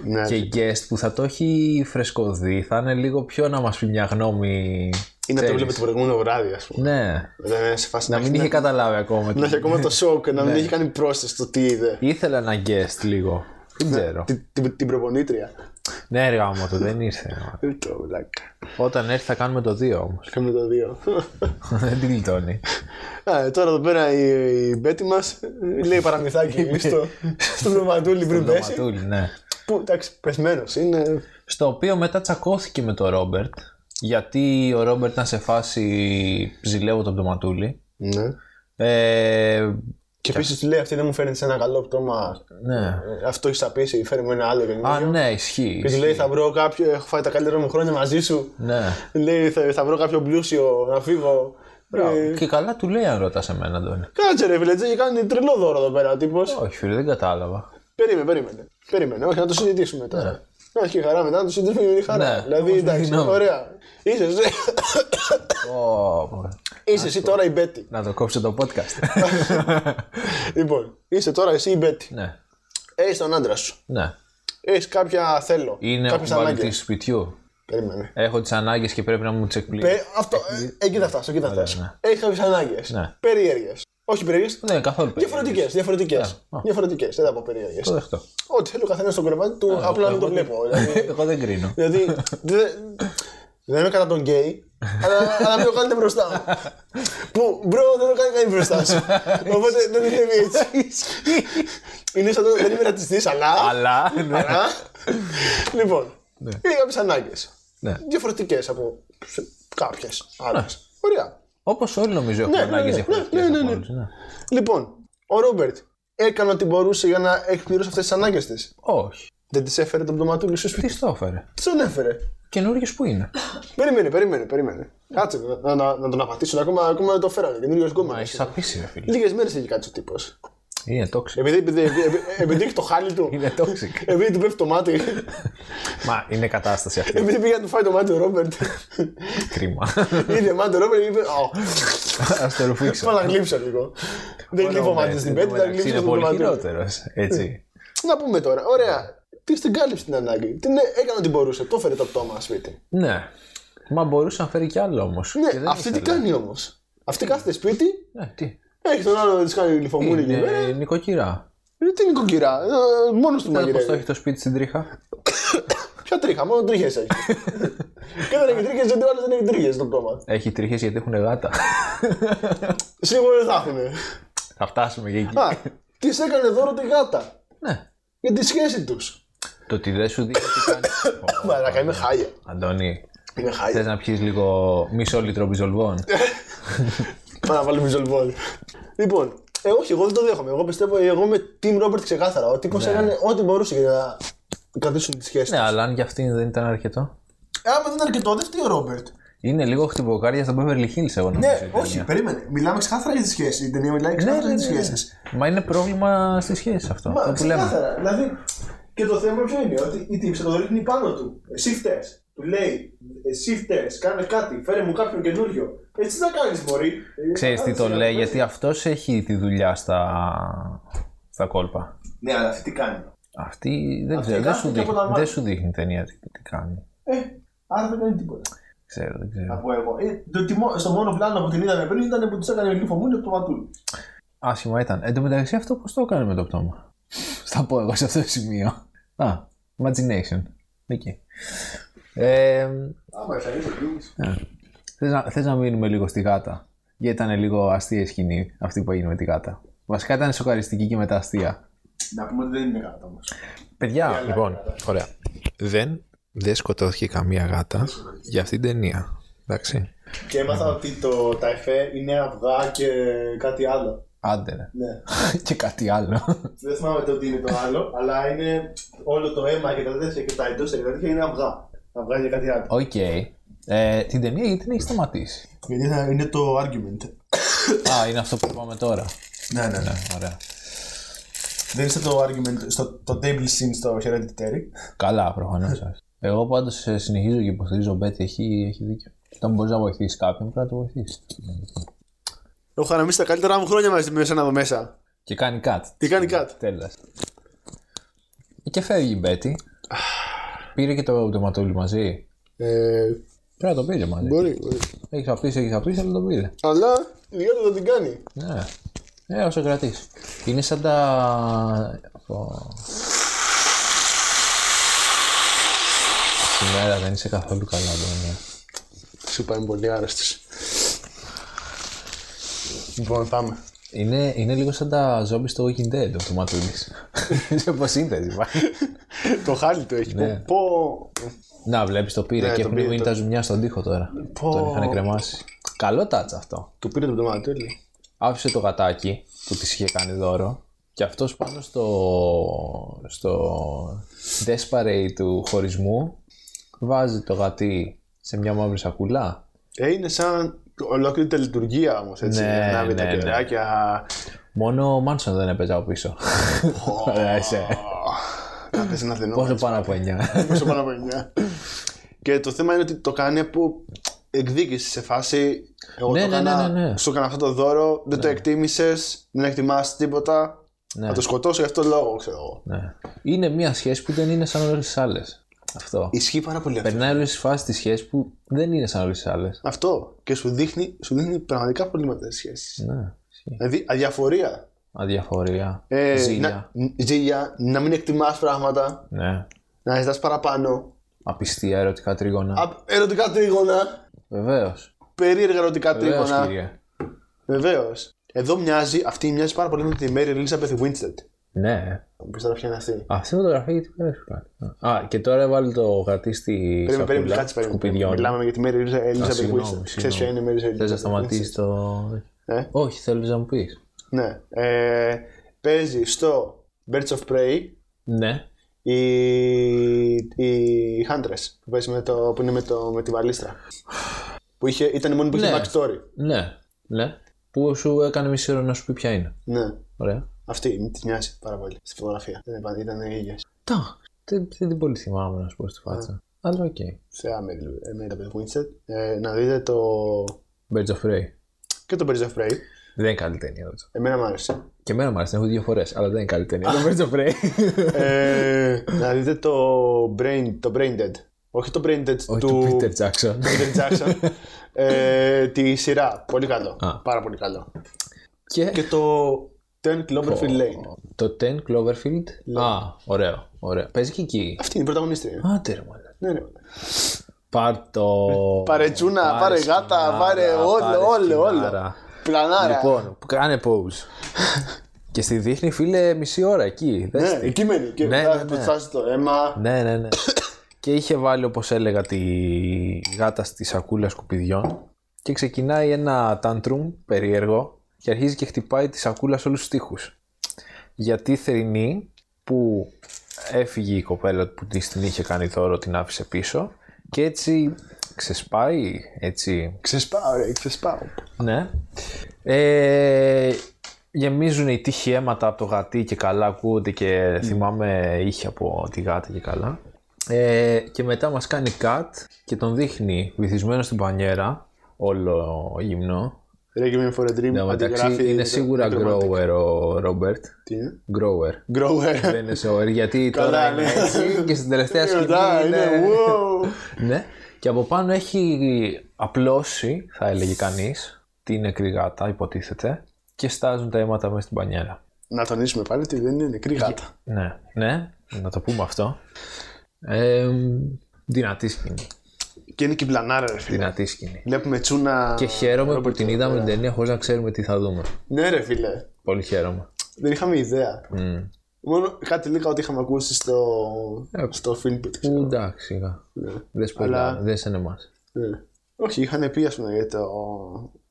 Ναι. Και guest που θα το έχει φρεσκοδεί, θα είναι λίγο πιο να μας πει μια γνώμη. Ή να το ξέρεις. βλέπει το προηγούμενο βράδυ, ας πούμε. Ναι. Δεν είναι σε φάση να, Μην είχε Ναι. έχει- καταλάβει ακόμα. να τι- έχει ακόμα το σοκ, να μην Ναι. έχει κάνει πρόσθεση στο τι είδε. Ναι. Ήθελα ένα guest λίγο. Δεν ξέρω. Την, την, την προπονήτρια. Ε, Ναι, ρε γάμο το, δεν ήρθε. Το βλάκα. Όταν έρθει θα κάνουμε το 2 όμως. Κάνουμε το δύο. δεν την γλιτώνει. Α, ε, τώρα εδώ πέρα η, η Μπέτη μας λέει παραμυθάκι στο, στο ντοματούλι πριν πέσει. Ντοματούλη, ναι. Που εντάξει, πεσμένος είναι. Στο οποίο μετά τσακώθηκε με τον Ρόμπερτ. Γιατί ο Ρόμπερτ ήταν σε φάση ζηλεύω τον ντοματούλη. Ναι. Ε, Και επίσης του λέει αυτή δεν μου φέρνει ένα καλό πτώμα. ναι. Ε, Αυτό έχεις ταπίσει, φέρνει μου ένα άλλο Α, καινούριο. ναι, ισχύει. Και του λέει θα βρω κάποιο, έχω φάει τα καλύτερα μου χρόνια μαζί σου. Ναι. Λέει θα, θα βρω κάποιο πλούσιο να φύγω. Ε, Μπράβο. Και καλά του λέει αν ρωτάς εμένα, Αντώνη. Κάτσε ρε φίλε, και κάνει τρελό δώρο εδώ πέρα ο τύπος. Όχι, φίλε, δεν κατάλαβα. Περίμενε, περίμενε. Περίμενε, όχι να το συζητήσουμε τώρα. Όχι και χαρά μετά, να το συζητήσουμε με τη χαρά. Ναι. Δηλαδή, Όμως εντάξει, δυνάμει. ωραία. Είσαι, εσύ- Ω, πω. είσαι εσύ τώρα η Μπέτη. Να το κόψω το podcast. Λοιπόν, είσαι τώρα εσύ η Μπέτη. ναι, Έχεις τον άντρα σου. ναι. Έχεις κάποια θέλω. Είναι ο κάποιες κουμπαλιτή του ανάγκες. σπιτιού. Περίμενε. Έχω τις ανάγκες και πρέπει να μου τις εκπλήξει. Ε, αυτό, ε, εκεί θα φτάσω, εκεί θα φτάσω. Έχεις κάποιες ανάγκες. Ναι. Περίεργε. Όχι περίεργες. Ναι, καθόλου περίεργες. Διαφορετικές, διαφορετικές. Ναι, Διαφορετικές, δεν θα πω περίεργες. Το δεχτώ. Ό,τι θέλει ο καθένας στο κρεβάτι του, απλά να μην το βλέπω. Δηλαδή, Ε, Εγώ δεν κρίνω. Δηλαδή, δεν- δεν είμαι κατά τον γκέι, αλλά, αλλά μην το κάνετε μπροστά μου. Που, μπρο, δεν το κάνει κανείς μπροστά σου. Οπότε δεν δουλεύει έτσι. Είναι σαν το, δεν είμαι ρατσιστής, αλλά... Αλλά. ναι. αλλά. λοιπόν, είναι κάποιες ανάγκες. Ναι. Διαφορετικές από σε- κάποιες άλλες. Ωραία. Όπως όλοι νομίζω έχουν Ναι, ναι, ανάγκες ναι, διαφορετικές ναι, ναι, από ναι. όλους, ναι. Λοιπόν, ο Ρόμπερτ έκανε ό,τι μπορούσε για να εκπληρώσει αυτές τις ανάγκες της. Όχι. Δεν τις έφερε τον πτωματούλη στο σπίτι. Τι στο έφερε. Τις τον έφερε. Καινούργιος που είναι. Περίμενε, περίμενε, περίμενε. Κάτσε να, να, να τον απατήσουν ακόμα, ακόμα δεν το φέρανε. Καινούριο Μα γκόμενο. έχεις απίσει ρε φίλε. Λίγες μέρες έχει κάτσει ο τύπος. Είναι τόξικο. Επειδή, επειδή, επειδή, επειδή έχει το χάλι του. Είναι toxic. επειδή του πέφτει το μάτι. Μα είναι κατάσταση αυτή. επειδή πήγε να του φάει το μάτι ο Ρόμπερτ. Κρίμα. Είδε μάτι ο Ρόμπερτ και είπε. Ω, Ας το ρουφήξω. πάω να γλύψω λίγο. δεν γλύφω μάτι στην πέτη, θα γλύψω ναι, Είναι στον πολύ ντοματούλη. χειρότερος. Έτσι. Να πούμε τώρα, ωραία. Τι την κάλυψε την ανάγκη. Την έ- έκανε ό,τι μπορούσε. Το έφερε το πτώμα σπίτι. Ναι. Μα μπορούσε να φέρει κι άλλο όμως. Και Ναι, δεν αυτή τι ήθελε. κάνει όμως. Αυτή κάθεται σπίτι, Ναι, τι. έχει τον άλλο να της κάνει Ναι, γλυφομούνι εκεί πέρα. Είναι νοικοκυρά. Ε, Τι νοικοκυρά, μόνο Δεν πως του Ε, το μαγειρεύει. έχει το σπίτι στην τρίχα. Ποια τρίχα, μόνο τρίχες έχει. και δεν έχει τρίχες, γιατί ο άλλο δεν έχει τρίχες στο πτώμα. Έχει τρίχες γιατί έχουν γάτα. Σίγουρα δεν θα έχουν. Θα φτάσουμε και εκεί. Α, τη έκανε δώρο τη γάτα. Ναι. Για τη σχέση τους. Το ότι δεν σου δείχνει τι κάνεις. Μαλάκα, είναι χάλια. Αντώνη, Είναι Θε χάλια. να πιεις λίγο μισό λίτρο μπιζολβών. Πάμε να βάλουμε ζολβόλ. Λοιπόν, ε, όχι, εγώ δεν το δέχομαι. Εγώ πιστεύω, ε, εγώ με Team Robert ξεκάθαρα. Ο τύπος έκανε ό,τι μπορούσε για να κρατήσουν τη σχέση. ναι, αλλά αν για αυτήν δεν ήταν αρκετό. Ε, Άμα δεν ήταν αρκετό, δεν φταίει ο Ρόμπερτ. Είναι λίγο χτυποκάρια στον Beverly Hills, εγώ νομίζω. η Ναι, ταινία. όχι, περίμενε. Μιλάμε ξεκάθαρα για τη σχέση. Η ταινία μιλάει Ναι, ξεκάθαρα ναι, για τις ναι, ναι. σχέσεις. Μα είναι πρόβλημα στη σχέση αυτό. Μα, αυτό που λέμε. ξεκάθαρα. Δηλαδή, και το θέμα ποιο είναι, ότι η τύψη το ρίχνει πάνω του. Εσύ φταίς. Του λέει, εσύ φταίς, κάνε κάτι, φέρε μου κάποιον καινούριο. Έτσι θα κάνεις, μπορεί. Ε, Ξέρεις θα τι κάνεις, το θα λέει, κάνεις. γιατί αυτός έχει τη δουλειά στα, στα κόλπα. Ναι, αλλά αυτή τι κάνει. Αυτή δεν Αυτή ξέρω, δεν κάθεται σου, και δείχνει, από τα μάτια. δεν σου δείχνει η ταινία τι, τι κάνει. Ε, άρα δεν κάνει τίποτα. Ξέρω, δεν ξέρω. Να πω εγώ. Ε, το τιμό, στο μόνο πλάνο που την είδαμε πριν ήταν που της έκανε γλύφο μου, είναι το ματούλι. Άσχημα ήταν. Εν τω μεταξύ αυτό πώς το έκανε με το πτώμα. Θα πω εγώ σε αυτό το σημείο. Α, imagination. Εκεί. Ε, Άμα εξαγγείς το κλείνεις. Θες να, θες να μείνουμε λίγο στη γάτα. Γιατί ήταν λίγο αστεία η σκηνή αυτή που έγινε με τη γάτα. Βασικά ήταν σοκαριστική και μετά αστεία. Να πούμε ότι δεν είναι κάτω όμως. Παιδιά, λοιπόν, ωραία. Δεν, δεν σκοτώθηκε καμία γάτα για αυτή την ταινία. Εντάξει. Και έμαθα ότι το, τα εφέ είναι αυγά και κάτι άλλο. Άντε ρε. Ναι. και κάτι άλλο. Δεν θυμάμαι το τι είναι το άλλο, αλλά είναι όλο το αίμα και τα τέτοια και τα εντόσια και τα τέτοια είναι αυγά. Αυγά για κάτι άλλο. Οκ. Ε, την ταινία γιατί την έχει σταματήσει. Γιατί είναι το argument. Α, είναι αυτό που είπαμε τώρα. ναι, ναι, ναι. Ωραία. Δεν είστε το argument στο το table scene στο Hereditary. Καλά, προφανώς. Εγώ πάντως συνεχίζω και υποστηρίζω Μπέτι, έχει, έχει δίκιο. Όταν μπορείς να βοηθήσεις κάποιον, πρέπει να το βοηθήσεις. Έχω χαραμίσει τα καλύτερα μου χρόνια μαζί με εσένα από μέσα. Και κάνει κάτι. Τι κάνει κάτι. Τέλος. Και φεύγει η Μπέτη. πήρε και το ντοματούλι μαζί. Ε, Πρέπει να το πήρε μαζί. μπορεί, μπορεί. Έχεις απίσει, έχεις απίσει, αλλά το πήρε. Αλλά η γάτα δεν την κάνει. Ναι. Ε, όσο κρατήσει. Είναι σαν τα. Πω. Σήμερα δεν είσαι καθόλου καλά, Αντώνιο. Σου είπα, είμαι πολύ άρρωστος. Λοιπόν, πάμε. Είναι, είναι λίγο σαν τα ζόμπι στο Walking Dead, ο Τωματούλης. Σε υποσύνθεση, πάει. το χάλι του έχει. Ναι. Πω. Να, βλέπεις το πήρε Ναι, και το έχουν πήρε, μείνει το- τα ζουμιά στον τοίχο τώρα. Πω. Τον είχαν κρεμάσει. Καλό τάτσα αυτό. Του πήρε το πτωματούλι. Άφησε το γατάκι που της είχε κάνει δώρο και αυτός πάνω στο, στο desperate του χωρισμού βάζει το γατί σε μια μαύρη σακούλα. Ε, είναι σαν ολόκληρη τελετουργία όμως. Έτσι. Ναι, να μην τα ναι, ναι. κεράκια. Μόνο ο Μάνσον δεν έπαιζε από πίσω. Ωραία, είσαι. Να πες ένα Αθηνό. Πόσο πάνω από 9. Πόσο πάνω από εννιά. Και το θέμα είναι ότι το κάνει από εκδίκηση σε φάση. Εγώ Ναι, το ναι, έκανα- ναι, ναι, ναι. Σου έκανα αυτό το δώρο, δεν το εκτίμησες, δεν εκτιμάς τίποτα. ναι, Θα το σκοτώσω για αυτό τον λόγο, ξέρω εγώ. ναι. Είναι μια σχέση που δεν είναι σαν όλες τις άλλες. Αυτό. Ισχύει πάρα πολύ αυτό. Περνάει όλες τις φάσεις της σχέσης που δεν είναι σαν όλες τις άλλες. Αυτό. Και σου δείχνει, σου δείχνει πραγματικά προβλήματα σχέσει. Ναι. ισχύει. Δηλαδή αδιαφορία. Αδιαφορία. Ε, ζήλια. Να, ζήλια, να μην εκτιμάς πράγματα, Ναι. να ζητάς παραπάνω. Απιστία, ερωτικά τρίγωνα. Α, Ερωτικά τρίγωνα. Βεβαίως. Περίεργα ερωτικά Βεβαίως, τρίγωνα. κύριε. Βεβαίως. Εδώ μοιάζει, αυτή μοιάζει πάρα πολύ με τη Mary Elizabeth Winstead. Ναι. Μου πει τώρα ποια είναι αυτή. Αυτή η φωτογραφία γιατί πέρα σου κάνει. Α, και τώρα έβαλε το γατί στη Περίμενε, περίμενε, σακούλα κάτσε περίμενε. σκουπιδιών. Μιλάμε για τη Mary Elizabeth συγγνώμη, Winstead. Ξέρεις συγγνώμη. ποια είναι η Mary Elizabeth Θες να Winstead. σταματήσει το... Ε? Όχι, θέλεις να μου πεις. Ναι. Ε, παίζει στο Birds of Prey Ναι. η, η Huntress που, παίζει με το, που είναι με, το, με τη βαλίστρα. Που είχε, ήταν η μόνη που είχε Ναι. backstory. Ναι. Ναι. Που σου έκανε μισή ώρα να σου πει ποια είναι. Ναι. Ωραία. Αυτή μη τη μοιάζει πάρα πολύ στη φωτογραφία. Δεν είπα, ήταν οι ίδιε. Τα. Δεν, δεν την πολύ θυμάμαι να σου πω Ε. στη φάτσα. Αλλά οκ. Okay. Θεά με τη- με τα Winstead. Ε, να δείτε το. Birds of Prey. και το Birds of Prey. Δεν είναι καλή ταινία. όντως. Εμένα μου άρεσε. Και εμένα μου άρεσε, την έχω δει δύο φορές, αλλά δεν είναι καλή ταινία. Το Birds of Prey. ε, να δείτε το Brain, το brain Dead. Όχι το Brain Dead Όχι, του του Peter Jackson. Peter Jackson. ε, τη σειρά. Πολύ καλό. Α. Πάρα πολύ καλό. Και Και το 10 Cloverfield Lane. το 10 Cloverfield. Α, ωραίο, ωραίο. Παίζει και εκεί. Αυτή είναι η πρωταγωνίστρια. Άντε ρε μάλλον. ναι, ναι. Πάρ το... Πάρε τσούνα, πάρε γάτα, σκηνάρα, πάρε όλο, πάρε όλο, όλο. σκηνάρα. Πλανάρα. Λοιπόν, κάνε pause. και στη δείχνει φίλε μισή ώρα εκεί. ναι, Δες εκεί μένει. Και Ναι, μετά ναι, ναι. του τσάζει το αίμα. Ναι, ναι, ναι. και είχε βάλει, όπως έλεγα, τη γάτα στη σακούλα σκουπιδιών και ξεκινάει ένα tantrum περίεργο και αρχίζει και χτυπάει τη σακούλα σε όλους τους τοίχους. Γιατί η θερινή που έφυγε η κοπέλα που της την είχε κάνει δώρο την άφησε πίσω και έτσι ξεσπάει, έτσι Ξεσπάω, ρε, ξεσπάω. ναι. Ε, γεμίζουν οι τείχοι αίματα από το γατί και καλά ακούγονται και Mm. θυμάμαι είχε από τη γάτα και καλά. Ε, και μετά μας κάνει cut και τον δείχνει βυθισμένο στην πανιέρα, όλο γυμνό. Requiem for a Dream. Ναι, μεταξύ αντιγράφει είναι το- σίγουρα το Chromatic. grower ο Ρόμπερτ. Τι είναι? Grower. Grower. Δεν είναι σοβαρή, γιατί τώρα Καλά, είναι ναι. έτσι και στην τελευταία σκηνή Μετά είναι. είναι... wow. Ναι. Και από πάνω έχει απλώσει, θα έλεγε κανείς, τη νεκρή γάτα, υποτίθεται, και στάζουν τα αίματα μέσα στην πανιέρα. Να τονίσουμε πάλι ότι δεν είναι νεκρή γάτα. Ναι, ναι, να το πούμε αυτό. Ε, δυνατή σκηνή. Και είναι και η πλανάρα, ρε φίλε. Δυνατή σκηνή. Βλέπουμε τσούνα. Ναι. Και χαίρομαι που την είδαμε την ταινία χωρίς να ξέρουμε τι θα δούμε. Ναι, ρε φίλε. Πολύ χαίρομαι. Δεν είχαμε ιδέα. Μμμ. Μόνο κάτι λίγα ότι είχαμε ακούσει στο, Ε, στο film pit. Ου, Εντάξει, σιγά. Δεν σπουδάζει, Ναι. Αλλά- δεν σε εμάς. Ναι. Όχι, είχαν πει ας πούμε για το,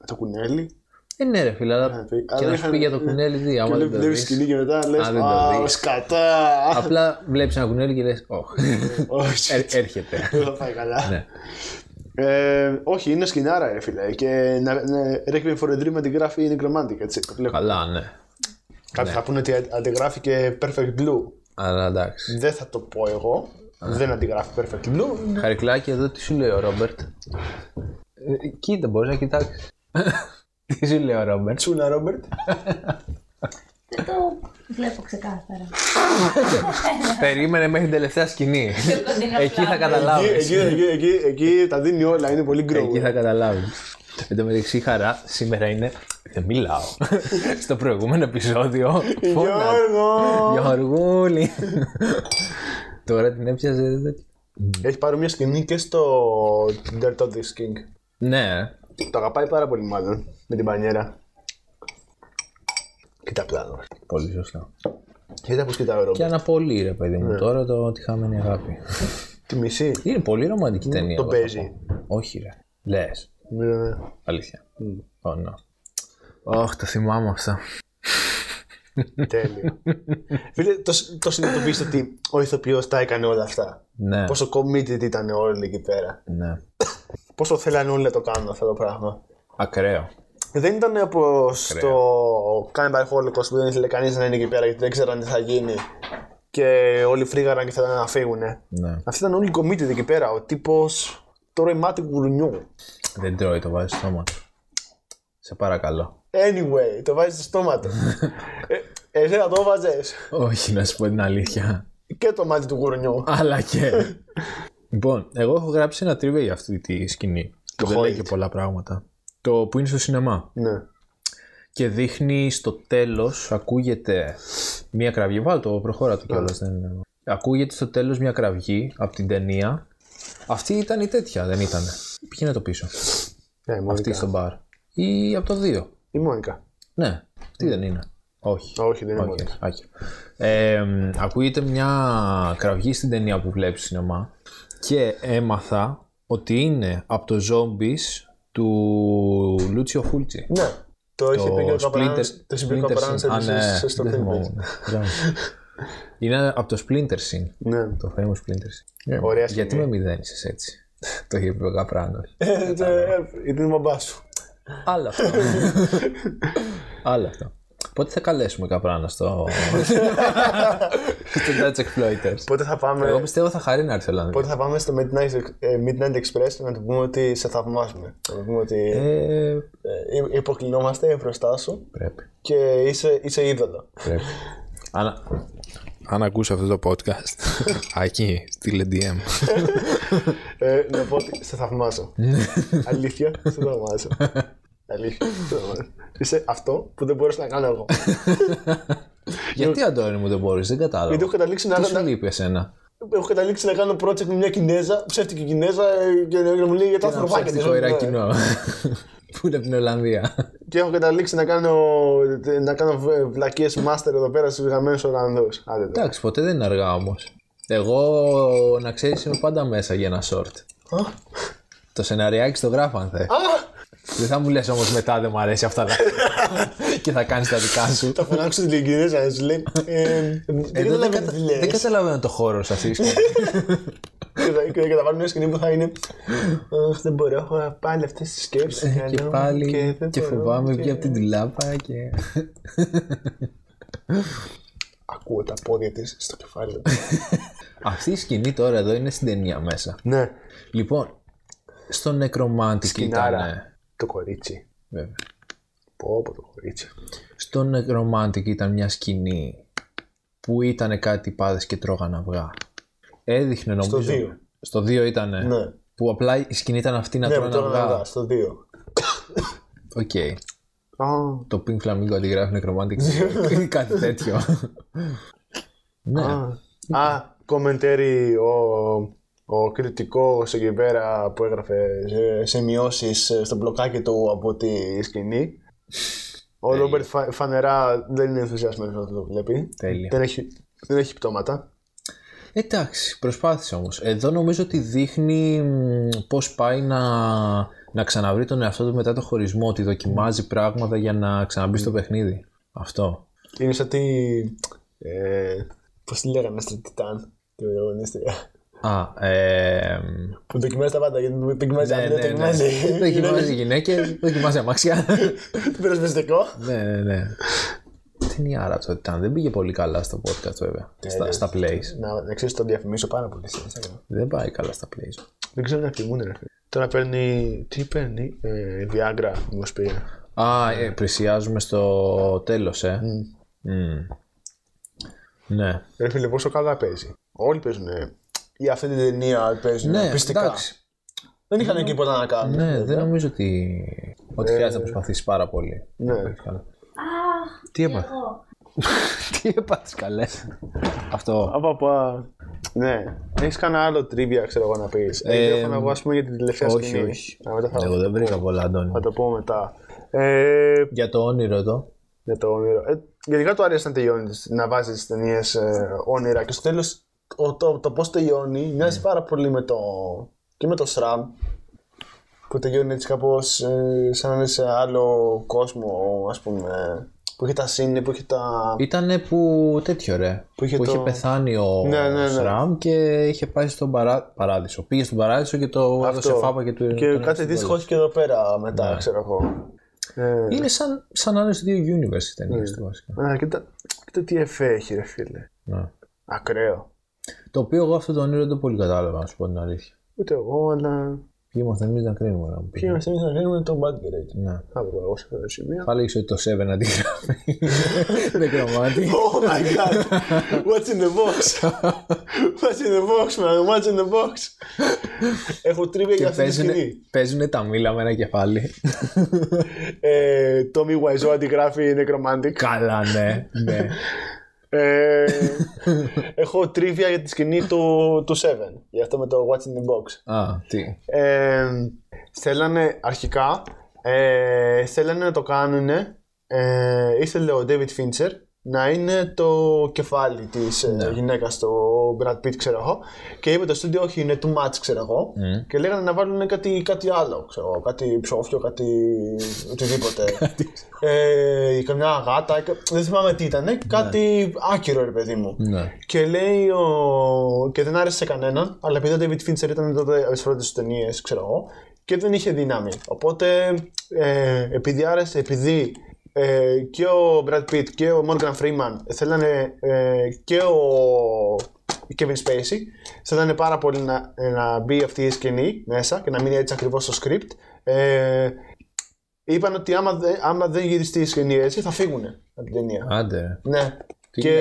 το κουνέλι. Ε, ναι, ρε φίλε, αλλά Είχαν πει. και Αλλά να σου είχαν- πει για το κουνέλι, τι, Και άμα δεν βλέπει το βλέπεις δεις, σκηνή και μετά λες δεν το Α, δεις». σκατά. Απλά βλέπεις ένα κουνέλι και λες, Ωχ, Ναι. Όχι. Ε, έρχεται. Δεν θα πάει καλά. Ναι. Ε, όχι, είναι σκηνάρα, ρε φίλε. Και να, ναι, Requiem for a Dream αντιγράφει η Necromantic, έτσι. το βλέπω. Καλά, ναι. Κάποιοι θα πούνε ότι αν- αντιγράφει και Perfect Blue. Αλλά εντάξει. Δεν θα το πω εγώ. Δεν αντιγράφει Perfect Blue. Χαρικλάκι εδώ τι σου λέει ο Ρόμπερτ. Ε, κοίτα, μπορείς να κοιτάξεις. τι σου λέει ο Ρόμπερτ. Τσούνα, Ρόμπερτ. Δεν το βλέπω ξεκάθαρα. Περίμενε μέχρι την τελευταία σκηνή. εκεί θα Εκεί, καταλάβεις. εκεί, εκεί, εκεί, εκεί τα δίνει όλα, είναι πολύ γκρόου. εκεί θα καταλάβεις. Εν τω μεταξύ, η χαρά σήμερα είναι. Δεν μιλάω. Στο προηγούμενο επεισόδιο. φώναζε. Γιώργο! Γιώργουλη. Τώρα την έπιασε. Έχει πάρει μια σκηνή και στο Dirt of the King. Ναι. Το αγαπάει πάρα πολύ μάλλον με την πανιέρα. Κοίτα πλάνο. Πολύ σωστά. Κοίτα πως κοιτάει ο Ρόμπερτ. Και αναπολύ, ρε παιδί μου, τώρα το τη χαμένη αγάπη. Τη μισή. Είναι πολύ ρομαντική ταινία. Το Ναι, εγώ θα πω. παίζει. Όχι, ρε. Λες. Ναι. Αλήθεια. Ω, ναι. Ωχ, το θυμάμαι αυτά. Τέλειο. Φίλε, το, σ- το συνειδητοποιήστε ότι ο ηθοποιός τα έκανε όλα αυτά. Ναι. Πόσο committed ήταν όλοι εκεί πέρα. Ναι. Πόσο θέλαν όλοι να το κάνουν αυτό το πράγμα. Ακραίο. Δεν ήταν όπω το Cannibal Holocaust που δεν ήθελε κανείς να είναι εκεί πέρα γιατί δεν ξέραν τι θα γίνει. Και όλοι φρίγαραν και θέλανε να φύγουν. Ναι. Αυτοί ήταν όλοι committed εκεί πέρα. Ο τύπος τώρα η μάτι γουρνιού. Δεν τρώει, το βάζει στο στόμα του. Σε παρακαλώ. Anyway, το βάζει στο στόμα του. ε, εσένα το βάζες. Όχι, να σου πω την αλήθεια. Και το μάτι του γουρνιού. Αλλά και. λοιπόν, εγώ έχω γράψει ένα τρίβε για αυτή τη σκηνή. Το δεν λέει Holt. και πολλά πράγματα. Το που είναι στο σινεμά. ναι. Και δείχνει στο τέλος, ακούγεται μία κραυγή. Βάλ το, προχώρα το κιόλας. Δεν... είναι- Ακούγεται στο τέλος μία κραυγή από την ταινία. Αυτή ήταν η τέτοια, δεν ήταν. Πήγαινε το πίσω. Ναι, η Αυτή Μόνικα. στο μπαρ. Ή από το 2. Η Μόνικα. Ναι, αυτή δεν είναι. Όχι. Όχι, δεν είναι η Μόνικα. Άκυρο, άκυρο. Ε, μ, ακούγεται μια κραυγή στην ταινία που βλέπεις σινεμά και έμαθα ότι είναι από το Zombies του Λούτσιο Φούλτσι. Ναι. Το είχε πει και ο Καπράν. Splinter- Το είχε πει και ο Splinter Καπράν Sin. σε Α, ναι, σε- στο δεν Pink θυμόμουν. Μπράβο. Είναι από το Splinter Scene. Ναι. Το famous Splinter Scene. Ε, Ωραία Γιατί με σκηνή. μηδένισες έτσι. το είχε πει ο Καπράνο. Ε, το- ε, Ήταν η μαμπά σου. Άλλα αυτά. Άλλα αυτά. Πότε θα καλέσουμε Καπράνα στο. στο Dutch Exploiters. Πότε θα Εγώ πάμε. πιστεύω θα χαρεί να έρθει η Ολλανδία. Πότε θα πάμε στο Midnight, ε, Midnight Express να του πούμε ότι σε θαυμάζουμε. Να του πούμε ότι Ε, ε, υ- υποκλεινόμαστε μπροστά σου πρέπει. και είσαι, είσαι είδωλο. πρέπει. Αν, αν ακούς αυτό το podcast, Άκη, στείλε DM. Ε, να πω ότι σε θαυμάζω. Αλήθεια, σε θαυμάζω. Αλήθεια, σε θαυμάζω. Είσαι αυτό που δεν μπορούσα να κάνω εγώ. Γιατί, Αντώνη μου, δεν μπορείς, δεν Γιατί κατάλαβα. έχω καταλήξει να, Τι να, σου λείπει εσένα. έχω καταλήξει να κάνω project με μια Κινέζα, ψεύτικη Κινέζα, ε, και να μου λέει για τα Ένα ανθρωπάκια της. ψεύτικο Ναι. Ιρακινό. Πού είναι από την Ολλανδία. Και έχω καταλήξει να κάνω, να κάνω ε, βλακίες master εδώ πέρα στους γαμμένους Ολλανδούς. Άντε, δε. Εντάξει, ποτέ δεν είναι αργά όμως. Εγώ, να ξέρεις, είμαι πάντα μέσα για ένα short. Α, Το σεναριάκι το γράφω αν θες. α, Δεν θα μου λες όμως μετά δεν μου αρέσει αυτά τα και θα κάνεις τα δικά σου. Θα φωνάξω την Κινέζα, να σου λέει. ε, Δεν Εδώ δεν, καταλαβαίνω κατα- τι λες. δεν καταλαβαίνω το χώρο σας. ίσως. Και θα- Και θα βάλω ε, μια σκηνή που θα είναι «Αχ, δεν μπορώ, έχω πάλι αυτές τις σκέψεις να Ε, και κάνω πάλι δεν και μπορώ φοβάμαι και- βγει από την τουλάπα και... Ακούω τα πόδια της στο κεφάλι μου. Αυτή η σκηνή τώρα εδώ είναι στην ταινία μέσα. Ναι, Λοιπόν, στο Necromantic ήταν... Σκηνάρα. το κορίτσι. Βέβαια. Πω πω το κορίτσι. Στο Necromantic ήταν μια σκηνή που ήταν κάτι πάδες και τρώγαν αυγά. Έδειχνε νομίζω... δύο. Στο 2 ήταν. Ναι. Που απλά η σκηνή ήταν αυτή να Ναι, τρώνε που τώρα να αυγά. δω, στο 2. Οκ. Το Pink Flamingo αντιγράφει Necromantic ή κάτι τέτοιο. ναι. Α, κομμεντέρι ο, ο κριτικό εκεί πέρα που έγραφε ε, σημειώσεις ε, στο μπλοκάκι του από τη σκηνή. Ε, Ο Ρόμπερτ φα- φανερά δεν είναι ενθουσιασμένος όταν το βλέπει. Τέλεια. Δεν έχει, δεν έχει πτώματα. Εντάξει, προσπάθησε όμως. Εδώ νομίζω ότι δείχνει μ, πώς πάει να, να ξαναβρει τον εαυτό του μετά το χωρισμό, ότι δοκιμάζει πράγματα για να ξαναμπεί στο Ναι. παιχνίδι. Αυτό. Είναι σαν τη. Ε, Πώς τη λέγανε στην Τιτάν, την πρωταγωνίστρια. Α, ε, μ, Που δοκιμάζει τα πάντα, γιατί δοκιμάζει ναι, άντρε, ναι, ναι. δοκιμάζει. Δοκιμάζει γυναίκες, δοκιμάζει αμάξια. Πυροσβεστικό. ναι, ναι, ναι. Τι είναι η άρα αυτό ήταν. Δεν πήγε πολύ καλά στο podcast βέβαια. Στα, στα plays. Να, να ξέρει, τον διαφημίσω πάρα πολύ. σε Instagram. Δεν πάει καλά στα plays. Δεν ξέρω να κοιμούν, ρε. φίλε. Τώρα παίρνει. Τι παίρνει, ε, Viagra, μου πει. Α, ε, πλησιάζουμε στο τέλος, ε. Μμ. Ναι. Ρε φίλε, πόσο καλά παίζει. Όλοι παίζουν. Για αυτή την ταινία παίζουν. Ναι, πιστικά. εντάξει. Δεν είχαν εκεί ποτέ να κάνουν. Ναι, Ε. δεν νομίζω ότι, ότι χρειάζεται να προσπαθήσεις πάρα πολύ. Ε, Ναι. Καλά. Αχ, Τι κι έπαθες. εγώ. Τι έπαθες, καλέ. Αυτό. Απαπα. Ναι. Έχεις κανένα άλλο τρίβια, ξέρω εγώ να πεις. Ε, Ε, έχω να βγω, ας πούμε, για την τελευταία όχι, σκηνή. όχι. Α, μετά θα, Εγώ δεν βρήκα πολλά, Αντώνη. θα το πω μετά. Ε, Για το όνειρο εδώ. για το όνειρο. Ε, γενικά του αρέσει να τελειώνεις, τις- να βάζεις τι ταινίε όνειρα και στο τέλος το, το πώς τελειώνει μοιάζει πάρα πολύ με το, και με το SRAM που τελειώνει έτσι κάπως σαν να είναι σε άλλο κόσμο, ας πούμε. Που είχε τα σύννε, που είχε τα. Ήτανε που τέτοιο ρε. Που είχε το- πεθάνει ο Ναι, ναι, ναι. Σραμ και είχε πάει στον παρά... παράδεισο. Πήγε στον παράδεισο και το έδωσε φάπα και του και τον κάτι έριξε αντίστοιχο έχει και εδώ πέρα μετά, ξέρω εγώ. Ναι. Ε, Είναι σαν, σαν να είναι στο ίδιο universe οι Ναι. ταινίες του βασικά. α, κοίτα, κοίτα τι εφέ έχει, ρε φίλε. Ναι. Ακραίο. Το οποίο εγώ αυτό το όνειρο δεν το πολύ κατάλαβα, να σου πω την αλήθεια. Ούτε εγώ, αλλά. Ποιοι είμαστε εμεί να κρίνουμε να μου πεις. Ποιοι είμαστε εμεί να κάνουμε τον Bad Grade. Ναι. Θα βγω εγώ σε αυτό το σημείο. Πάλι ήξερε ότι το 7 αντιγράφει. Δεν κρεμάτι. Oh my god! What's in the box? What's in the box, man? What's in the box? Έχω τρίβια για αυτή τη σκηνή. Παίζουν τα μήλα με ένα κεφάλι. Ε, Tommy Wiseau αντιγράφει Necromantic. Καλά, ναι. ναι. Ε, έχω τρίβια για τη σκηνή του, του Seven. Γι' αυτό με το What's in the box. Α, τι. Ε, θέλανε αρχικά ε, θέλανε να το κάνουν ε, ήθελε ο David Fincher να είναι το κεφάλι της ε, γυναίκας του Brad Pitt ξέρω εγώ και είπε το στούντιο όχι είναι too much ξέρω εγώ και λέγανε να βάλουν κάτι, κάτι άλλο ξέρω εγώ, κάτι ψόφιο, κάτι οτιδήποτε ε, καμιά γάτα, κα- δεν θυμάμαι τι ήταν κάτι άκυρο ρε παιδί μου Ναι. και λέει ο... και δεν άρεσε σε κανέναν, αλλά επειδή ο David Fincher ήταν τότε από τις πρώτες τους ταινίες, ξέρω εγώ, και δεν είχε δύναμη. Οπότε, ε, επειδή άρεσε, επειδή ε, και ο Brad Pitt και ο Morgan Freeman θέλανε ε, και ο Kevin Spacey θέλανε πάρα πολύ να, ε, να μπει αυτή η σκηνή μέσα και να μείνει έτσι ακριβώς στο script ε, είπαν ότι άμα, δε- άμα δεν γυριστεί η σκηνή έτσι θα φύγουν από την ταινία Άντε. ρε. ναι. Τι και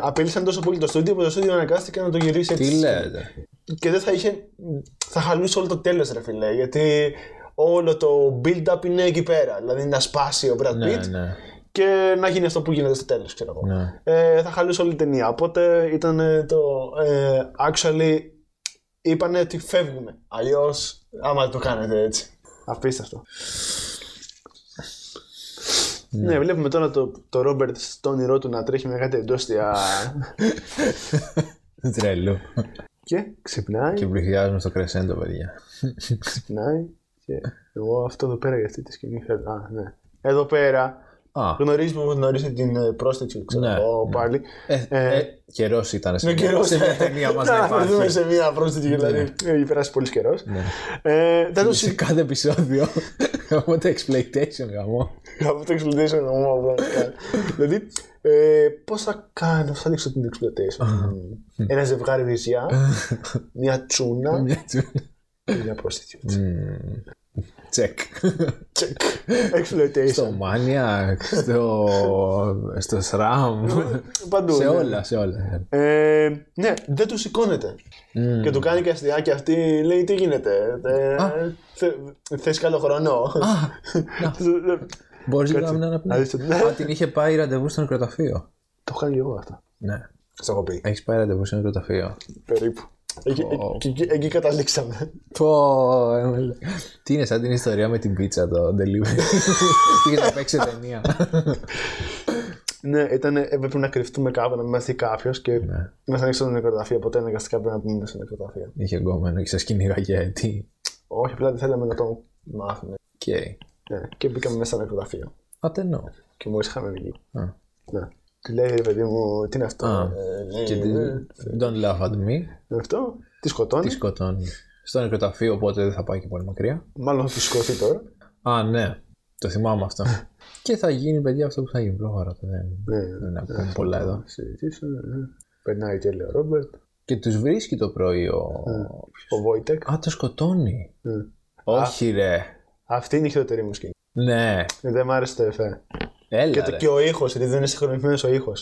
απειλήσαν τόσο πολύ το στούντιο που το στούντιο αναγκάστηκε να το γυρίσει έτσι. Τι λέτε. Και δεν θα είχε. Θα χαλούσε όλο το τέλος, ρε φιλέ. Γιατί όλο το build-up είναι εκεί πέρα. Δηλαδή να σπάσει ο Brad Pitt Ναι, ναι. και να γίνει αυτό που γίνεται στο τέλος, ξέρω εγώ. Ναι. Ε, θα χαλούσε όλη η ταινία. Οπότε ήταν ε, το. Ε, actually, είπανε ότι φεύγουμε. Αλλιώς, άμα το κάνετε έτσι. Απίστευτο. Ναι, βλέπουμε τώρα το, το Ρόμπερτ στο όνειρό του να τρέχει με κάτι εντόστια Τρελού. και ξυπνάει, Και πλησιάζουμε στο κρεσέντο, παιδιά. ξυπνάει και εγώ αυτό εδώ πέρα για αυτή τη σκηνή θέλω- Α, ναι. Εδώ πέρα Α, γνωρίζεις που γνωρίζει την ε, πρόσθετη, ξέρω Ναι, εγώ πάλι. ε, ε, καιρός ήταν σε, Με καιρός σε μια ταινία μας να ναι, να βρεθούμε υπάρχει. Ναι. σε μια πρόσθετη, δηλαδή έχει περάσει πολύς καιρός. Δεν το σε συζητάμε κάθε επεισόδιο. Γαμώ το exploitation γαμό. από το exploitation μου. πραγματικά. Δηλαδή, ε, πώς θα κάνω, θα δείξω την exploitation. Ένα ζευγάρι βυζιά, μια τσούνα Μια Ναι. τσου- και μια πρόσθετη. Mm. Τσεκ. Τσεκ. Exploitation. Στο Maniac, στο, στο SRAM, Παντού. σε ναι. όλα, σε όλα. Mm. Ε, ναι, δεν του σηκώνεται. Και του κάνει και αστιάκια αυτή, λέει τι γίνεται. Ε, θε, θες καλό χρόνο. Μπορείς λίγο να μην αναπνέεις. Να δεις το- Α, την είχε πάει ραντεβού στο νεκροταφείο. Το έχω κάνει και εγώ αυτό. Ναι. Στο έχω πει. Έχεις πάει ραντεβού στο νεκροταφείο. Περίπου. Εκεί, εκεί- εκεί- εκεί καταλήξαμε. Πω, έμελε. Τι είναι σαν την ιστορία με την πίτσα το delivery. Πήγε να παίξει ταινία. ναι, ήταν, έπρεπε να κρυφτούμε κάπου, να μην μας δει κάποιος και ναι. ήμασταν έξω από το νεκροταφείο. Ποτέ αναγκαστικά πρέπει να πούμε στο νεκροταφείο. Είχε γκόμενο και σας κυνηγάγε έτσι. Όχι, απλά δεν θέλαμε να το μάθουμε. Οκ. Ναι, και μπήκαμε μέσα στο νεκροταφείο. Ατενό. Και μόλις είχαμε βγει. Α. Ναι. Του λέει ρε παιδί μου, τι είναι αυτό. Α. Ε, λέει, Και τη- «Ε, Don't laugh at me. είναι αυτό. Τη σκοτώνει. Τη σκοτώνει. Στο νεκροταφείο, οπότε δεν θα πάει και πολύ μακριά. Μάλλον θα τη σκοτεί τώρα. Α, ναι. Το θυμάμαι αυτό. και θα γίνει, παιδιά, αυτό που θα γίνει. Πρόχαρα. Δεν, Ναι. δεν να πούμε πολλά εδώ. Συζητήσαμε. ναι. Περνάει και λέει ο Ρόμπερτ. Και τους βρίσκει το πρωί ο... Ε. Ο Βόιτεκ. Α, το σκοτώνει. Ναι. Όχι, ρε. Αυτή είναι η χειρότερη μου σκηνή. Ε, Ναι. Δεν μ' άρεσε το εφέ. Έλα, Και, ρε. το, και ο ήχος, γιατί δεν είναι συγχρονισμένος ο ήχο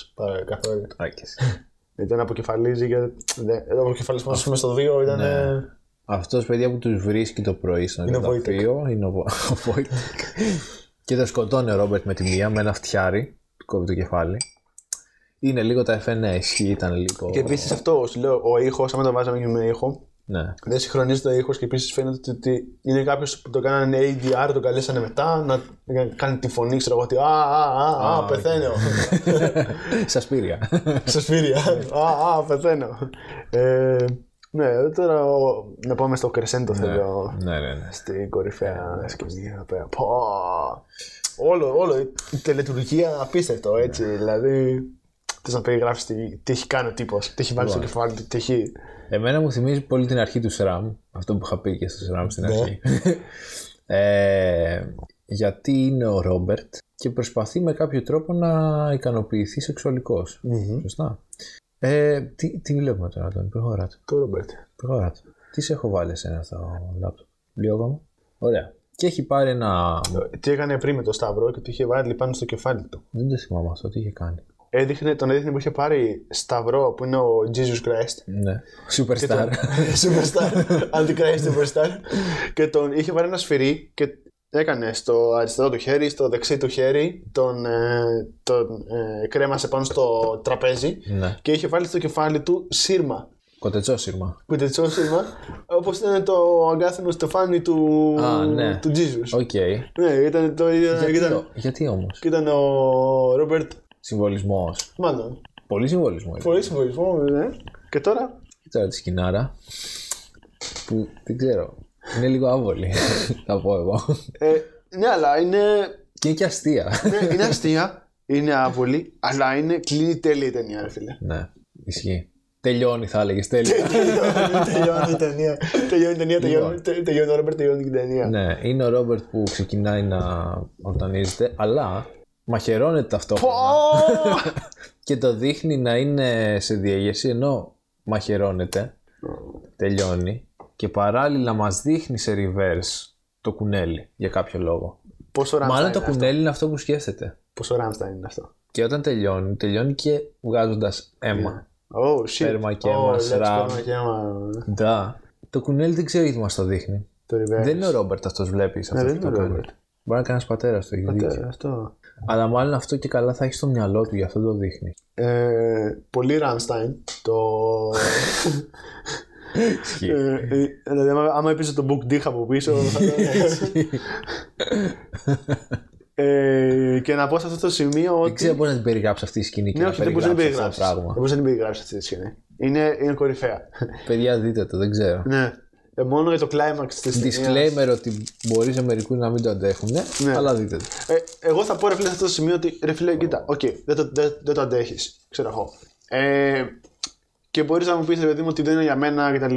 καθόλου. Άκες. Ήταν αποκεφαλίζει και. δεν- Ο αποκεφαλισμός πούμε στο 2 ήταν. ε, Αυτός, παιδιά, που τους βρίσκει το πρωί στο Είναι ο νεκροταφείο είναι ο, Βο- ο Βόιτεκ. και το σκοτώνει ο Ρόμπερτ με τη μία, με ένα φτιάρι. Του κόβει το κεφάλι. Είναι λίγο τα FNA, ισχύει, ήταν λίγο. Και επίσης αυτό, σου λέω, ο ήχος, άμα το βάζαμε και με ήχο, Ναι. δεν συγχρονίζεται ο ήχος και επίσης φαίνεται ότι είναι κάποιος που το κάνανε ADR, το καλέσανε μετά να να κάνει τη φωνή, ξέρω εγώ ότι Α, α, α, α, πεθαίνω. Σα πήρια. Σε σφύρια. Α, α, πεθαίνω. Ε, Ναι, τώρα ο- να πάμε στο κρεσέντο θέλω. ναι, ναι, ναι. στην κορυφαία σκηνή εδώ πέρα. Πω. Όλο, όλο, η τελετουργία απίστευτο έτσι. Δηλαδή, τι να περιγράψει τι, τι έχει κάνει ο τύπος, τι έχει βάλει στο κεφάλι του, τι έχει. Εμένα μου θυμίζει πολύ την αρχή του SRAM, αυτό που είχα πει και στο SRAM στην Ναι. αρχή. ε, γιατί είναι ο Ρόμπερτ και προσπαθεί με κάποιο τρόπο να ικανοποιηθεί σεξουαλικώς. Σωστά. Ε, τι, τι βλέπουμε τώρα, Αντώνη, προχωράτε. Το Ρόμπερτ. Προχωράτε. Τι σε έχω βάλει εσένα στο λάπτοπ. Λίγο ακόμα. Ωραία. Ναι. Και έχει πάρει ένα. Τι έκανε πριν με το Σταυρό και του είχε βάλει πάνω στο κεφάλι του. Δεν το θυμάμαι αυτό, τι είχε κάνει. Έδειχνε, τον έδειχνε που είχε πάρει Σταυρό που είναι ο Jesus Christ. Ναι. Superstar. Superstar. Anti-Christ Superstar. και τον είχε βάλει ένα σφυρί και έκανε στο αριστερό του χέρι, στο δεξί του χέρι, τον, ε, τον ε, κρέμασε πάνω στο τραπέζι ναι. και είχε βάλει στο κεφάλι του σύρμα. Κοτετσόσυρμα. Κουτετσό σύρμα, όπως ήταν το αγκάθινο στεφάνι του, Α, ναι. του Jesus. Οκ. Ναι, ήταν το. Ήταν, Γιατί, ήταν, ο- γιατί όμως. και ήταν ο Ρόμπερτ. Συμβολισμός. Μάλλον. Πολύ συμβολισμό. είναι. Πολύ συμβολισμό, ναι. Και τώρα. Κοίτα τη σκηνάρα. Που δεν ξέρω. Είναι λίγο άβολη. θα πω εγώ. Ε, ναι, αλλά είναι και είναι και αστεία. Ναι, είναι αστεία, είναι άβολη, αλλά είναι κλείνει τέλεια η ταινία, ρε φίλε. ναι. Ισχύει. Τελειώνει, θα έλεγες. Τέλεια. τελειώνει η ταινία. Τελειώνει η ταινία, τελειώνει- τε- τελειώνει ο Ρόμπερτ, τελειώνει την ταινία. ναι. Είναι ο Ρόμπερτ που ξεκινάει να ορτανίζεται, αλλά μαχαιρώνεται Πω! ταυτόχρονα. και το δείχνει να είναι σε διέγερση ενώ μαχαιρώνεται, τελειώνει και παράλληλα μας δείχνει σε reverse το κουνέλι για κάποιο λόγο. Πόσο Μάλλον Ράμσταϊν το είναι αυτό. κουνέλι είναι αυτό που σκέφτεται. Πόσο Rammstein είναι αυτό. Και όταν τελειώνει, τελειώνει και βγάζοντας αίμα. Oh, shit. Σπέρμα και Oh, αίμα, λέξε, σραμ. σπέρμα και αίμα, Ντα. Το κουνέλι δεν ξέρω γιατί μας το δείχνει. Το reverse. Δεν είναι ο Ρόμπερτ αυτός βλέπεις Ναι, αυτό δεν που είναι ο το κάνει. Ρόμπερτ. Μπορεί να κάνει πατέρα του, έχει Πατέρα, δίκιο. αυτό. Αλλά μάλλον αυτό και καλά θα έχεις στο μυαλό του, γι' αυτό το δείχνεις. Ε, πολύ Ράμσταϊν. Το. Ε, ε, δηλαδή, άμα- Άμα έπαιζε το Book Dick από πίσω. θα ήταν έτσι. Ε, Και να πω σε αυτό το σημείο Δεν ότι. ξέρω πώ να την περιγράψεις αυτή η σκηνή και Ε, Ναι, να όχι, δεν μπορείς να την περιγράψεις αυτό το περιγράψεις. Δεν πράγμα. μπορείς να την περιγράψεις αυτή τη σκηνή. Είναι, είναι κορυφαία. Παιδιά, δείτε το, δεν ξέρω. ναι. Ε, μόνο για το climax της ταινίας. Disclaimer ότι μπορεί σε μερικούς να μην το αντέχουν, Ναι. αλλά δείτε το. Ε, εγώ θα πω ρε φίλε σε αυτό το σημείο ότι ρε φίλε, κοίτα, οκ, δεν το, δεν, δεν το αντέχεις. Ξέρω εγώ. Ε, και μπορείς να μου πεις, ρε παιδί μου, ότι δεν είναι για μένα κτλ.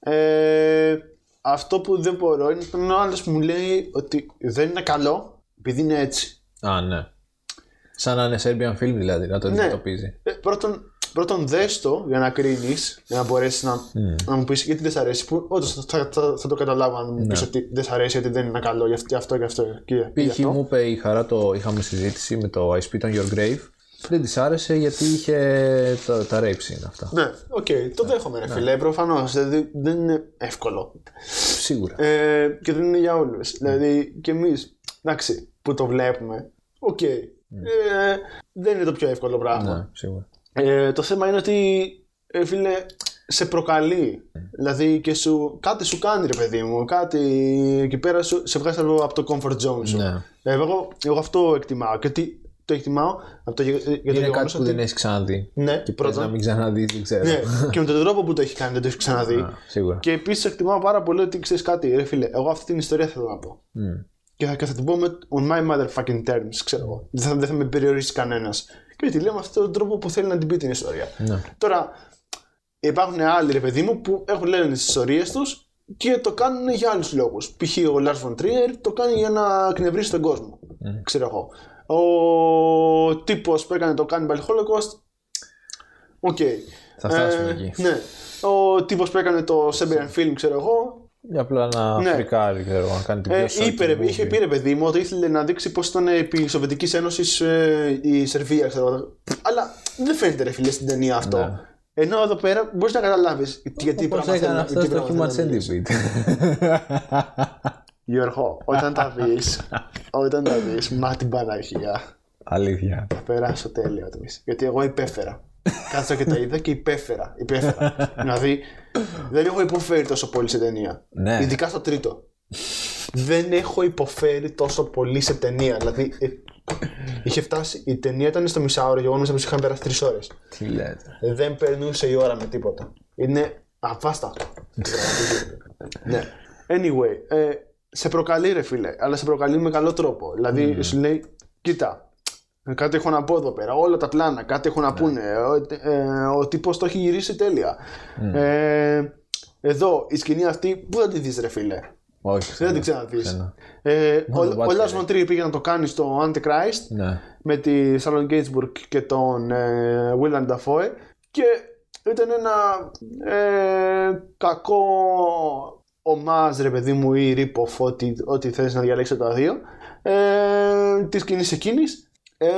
Ε, αυτό που δεν μπορώ είναι όταν ο άλλος μου λέει ότι δεν είναι καλό επειδή είναι έτσι. Α, ναι. Σαν να είναι Serbian film δηλαδή, να το αντιμετωπίζει. Ε, πρώτον, πρώτον δες το για να κρίνεις, για να μπορέσεις να, να μου πεις γιατί δεν σ' αρέσει. Που όντως θα, θα, θα, θα το καταλάβω αν μου πει ότι δεν σ' αρέσει, γιατί δεν είναι καλό, γι' αυτό, γι' αυτό και αυτό. Και, γι' Π.χ. αυτό. μου είπε η χαρά το είχαμε συζήτηση με το I Spit on Your Grave. Δεν της άρεσε γιατί είχε τα, τα rape scene αυτά. Ναι, οκ, το δέχομαι, ρε φίλε. Προφανώς. Δηλαδή δεν είναι εύκολο. Σίγουρα. Ε, και δεν είναι για όλους. Δηλαδή και εμείς, εντάξει, που το βλέπουμε, οκ. Ε, δεν είναι το πιο εύκολο πράγμα. Ναι, σίγουρα. Ε, το θέμα είναι ότι, ε, φίλε, σε προκαλεί. Δηλαδή και σου, κάτι σου κάνει, ρε παιδί μου. Κάτι εκεί πέρα σου, σε βγάζει από, από το comfort zone σου. Ναι. Ε, εγώ, εγώ αυτό εκτιμάω. Και τι, το εκτιμάω από το, γε- για το Είναι γεγονός κάτι που ότι... δεν έχεις ξαναδεί. Ναι, Και πρέπει πρώτον. να μην ξαναδείς, δεν ξέρω. Ναι, και με τον τρόπο που το έχει κάνει, δεν το έχεις ξαναδεί. Α, Σίγουρα. και επίσης εκτιμάω πάρα πολύ ότι ξέρεις κάτι, ρε φίλε. Εγώ αυτή την ιστορία θέλω να πω. Μμ. Και θα, και θα την πω με on my motherfucking terms, ξέρω εγώ. Δεν θα, δεν θα με περιορίσει κανένας. Και τη λέω με αυτόν τον τρόπο που θέλει να την πει την ιστορία. Ναι. Τώρα, υπάρχουν άλλοι ρε παιδί μου που έχουν λένε τις ιστορίες τους και το κάνουν για άλλους λόγους. Π.χ. ο Lars von Trier το κάνει για να κνευρίσει τον κόσμο. Ξέρω εγώ. Ο τύπος που έκανε το Cannibal Holocaust. Οκ. Θα φτάσουμε Ε, εκεί. Ναι. Ο τύπος που έκανε το Serbian Film, ξέρω εγώ. Για απλά να Ναι. φρικάρει, ξέρω, να κάνει την πιο Ε, shocking είπε, ρε, είχε movie. πει ρε παιδί μου ότι ήθελε να δείξει πώς ήταν επί Σοβιετικής Ένωσης η Σερβία, ξέρω εγώ. Αλλά δεν φαίνεται ρε φίλε στην ταινία αυτό. Ναι. Ενώ εδώ πέρα μπορείς να καταλάβεις γιατί Πώς πράγμα έκανε θέλει- αυτός τι στο πράγμα Human θέλει να δείξει. Centipede. Γιώργο, όταν τα δεις, όταν τα δεις, μα την Παναγία. Αλήθεια. Θα περάσω τέλεια τιμής. Γιατί εγώ υπέφερα. Κάθισα και τα είδα και υπέφερα. υπέφερα. δηλαδή, δεν έχω υποφέρει τόσο πολύ σε ταινία. Ναι. Ειδικά στο τρίτο. δεν έχω υποφέρει τόσο πολύ σε ταινία. Δηλαδή, ε, είχε φτάσει, η ταινία ήταν στο μισάωρο και εγώ νόμιζα πως είχαν περάσει τρεις ώρες. Τι λέτε. Δεν περνούσε η ώρα με τίποτα. Είναι αβάσταχτο. ναι. Anyway, ε, σε προκαλεί ρε φίλε, αλλά σε προκαλεί με καλό τρόπο. Δηλαδή σου λέει, κοίτα, ε, κάτι έχω να πω εδώ πέρα, όλα τα πλάνα, κάτι έχω να πούνε, ο, ε, ο τύπος το έχει γυρίσει τέλεια. Ε, εδώ, η σκηνή αυτή, πού θα τη δεις ρε φίλε. Όχι. Δεν την ξανά, ξαναδείς. ξανά. Ε, ο Μόνο ο Watcher, Lars von Trier πήγε να το κάνει στο Antichrist Ναι. με τη Σαλον Γκέιτσμπουργκ και τον ε, William Dafoe και ήταν ένα ε, κακό ομάζ ρε παιδί μου ή rip-off ό,τι, ό,τι θες να διαλέξεις από τα δύο ε, της κοινής εκείνης ε,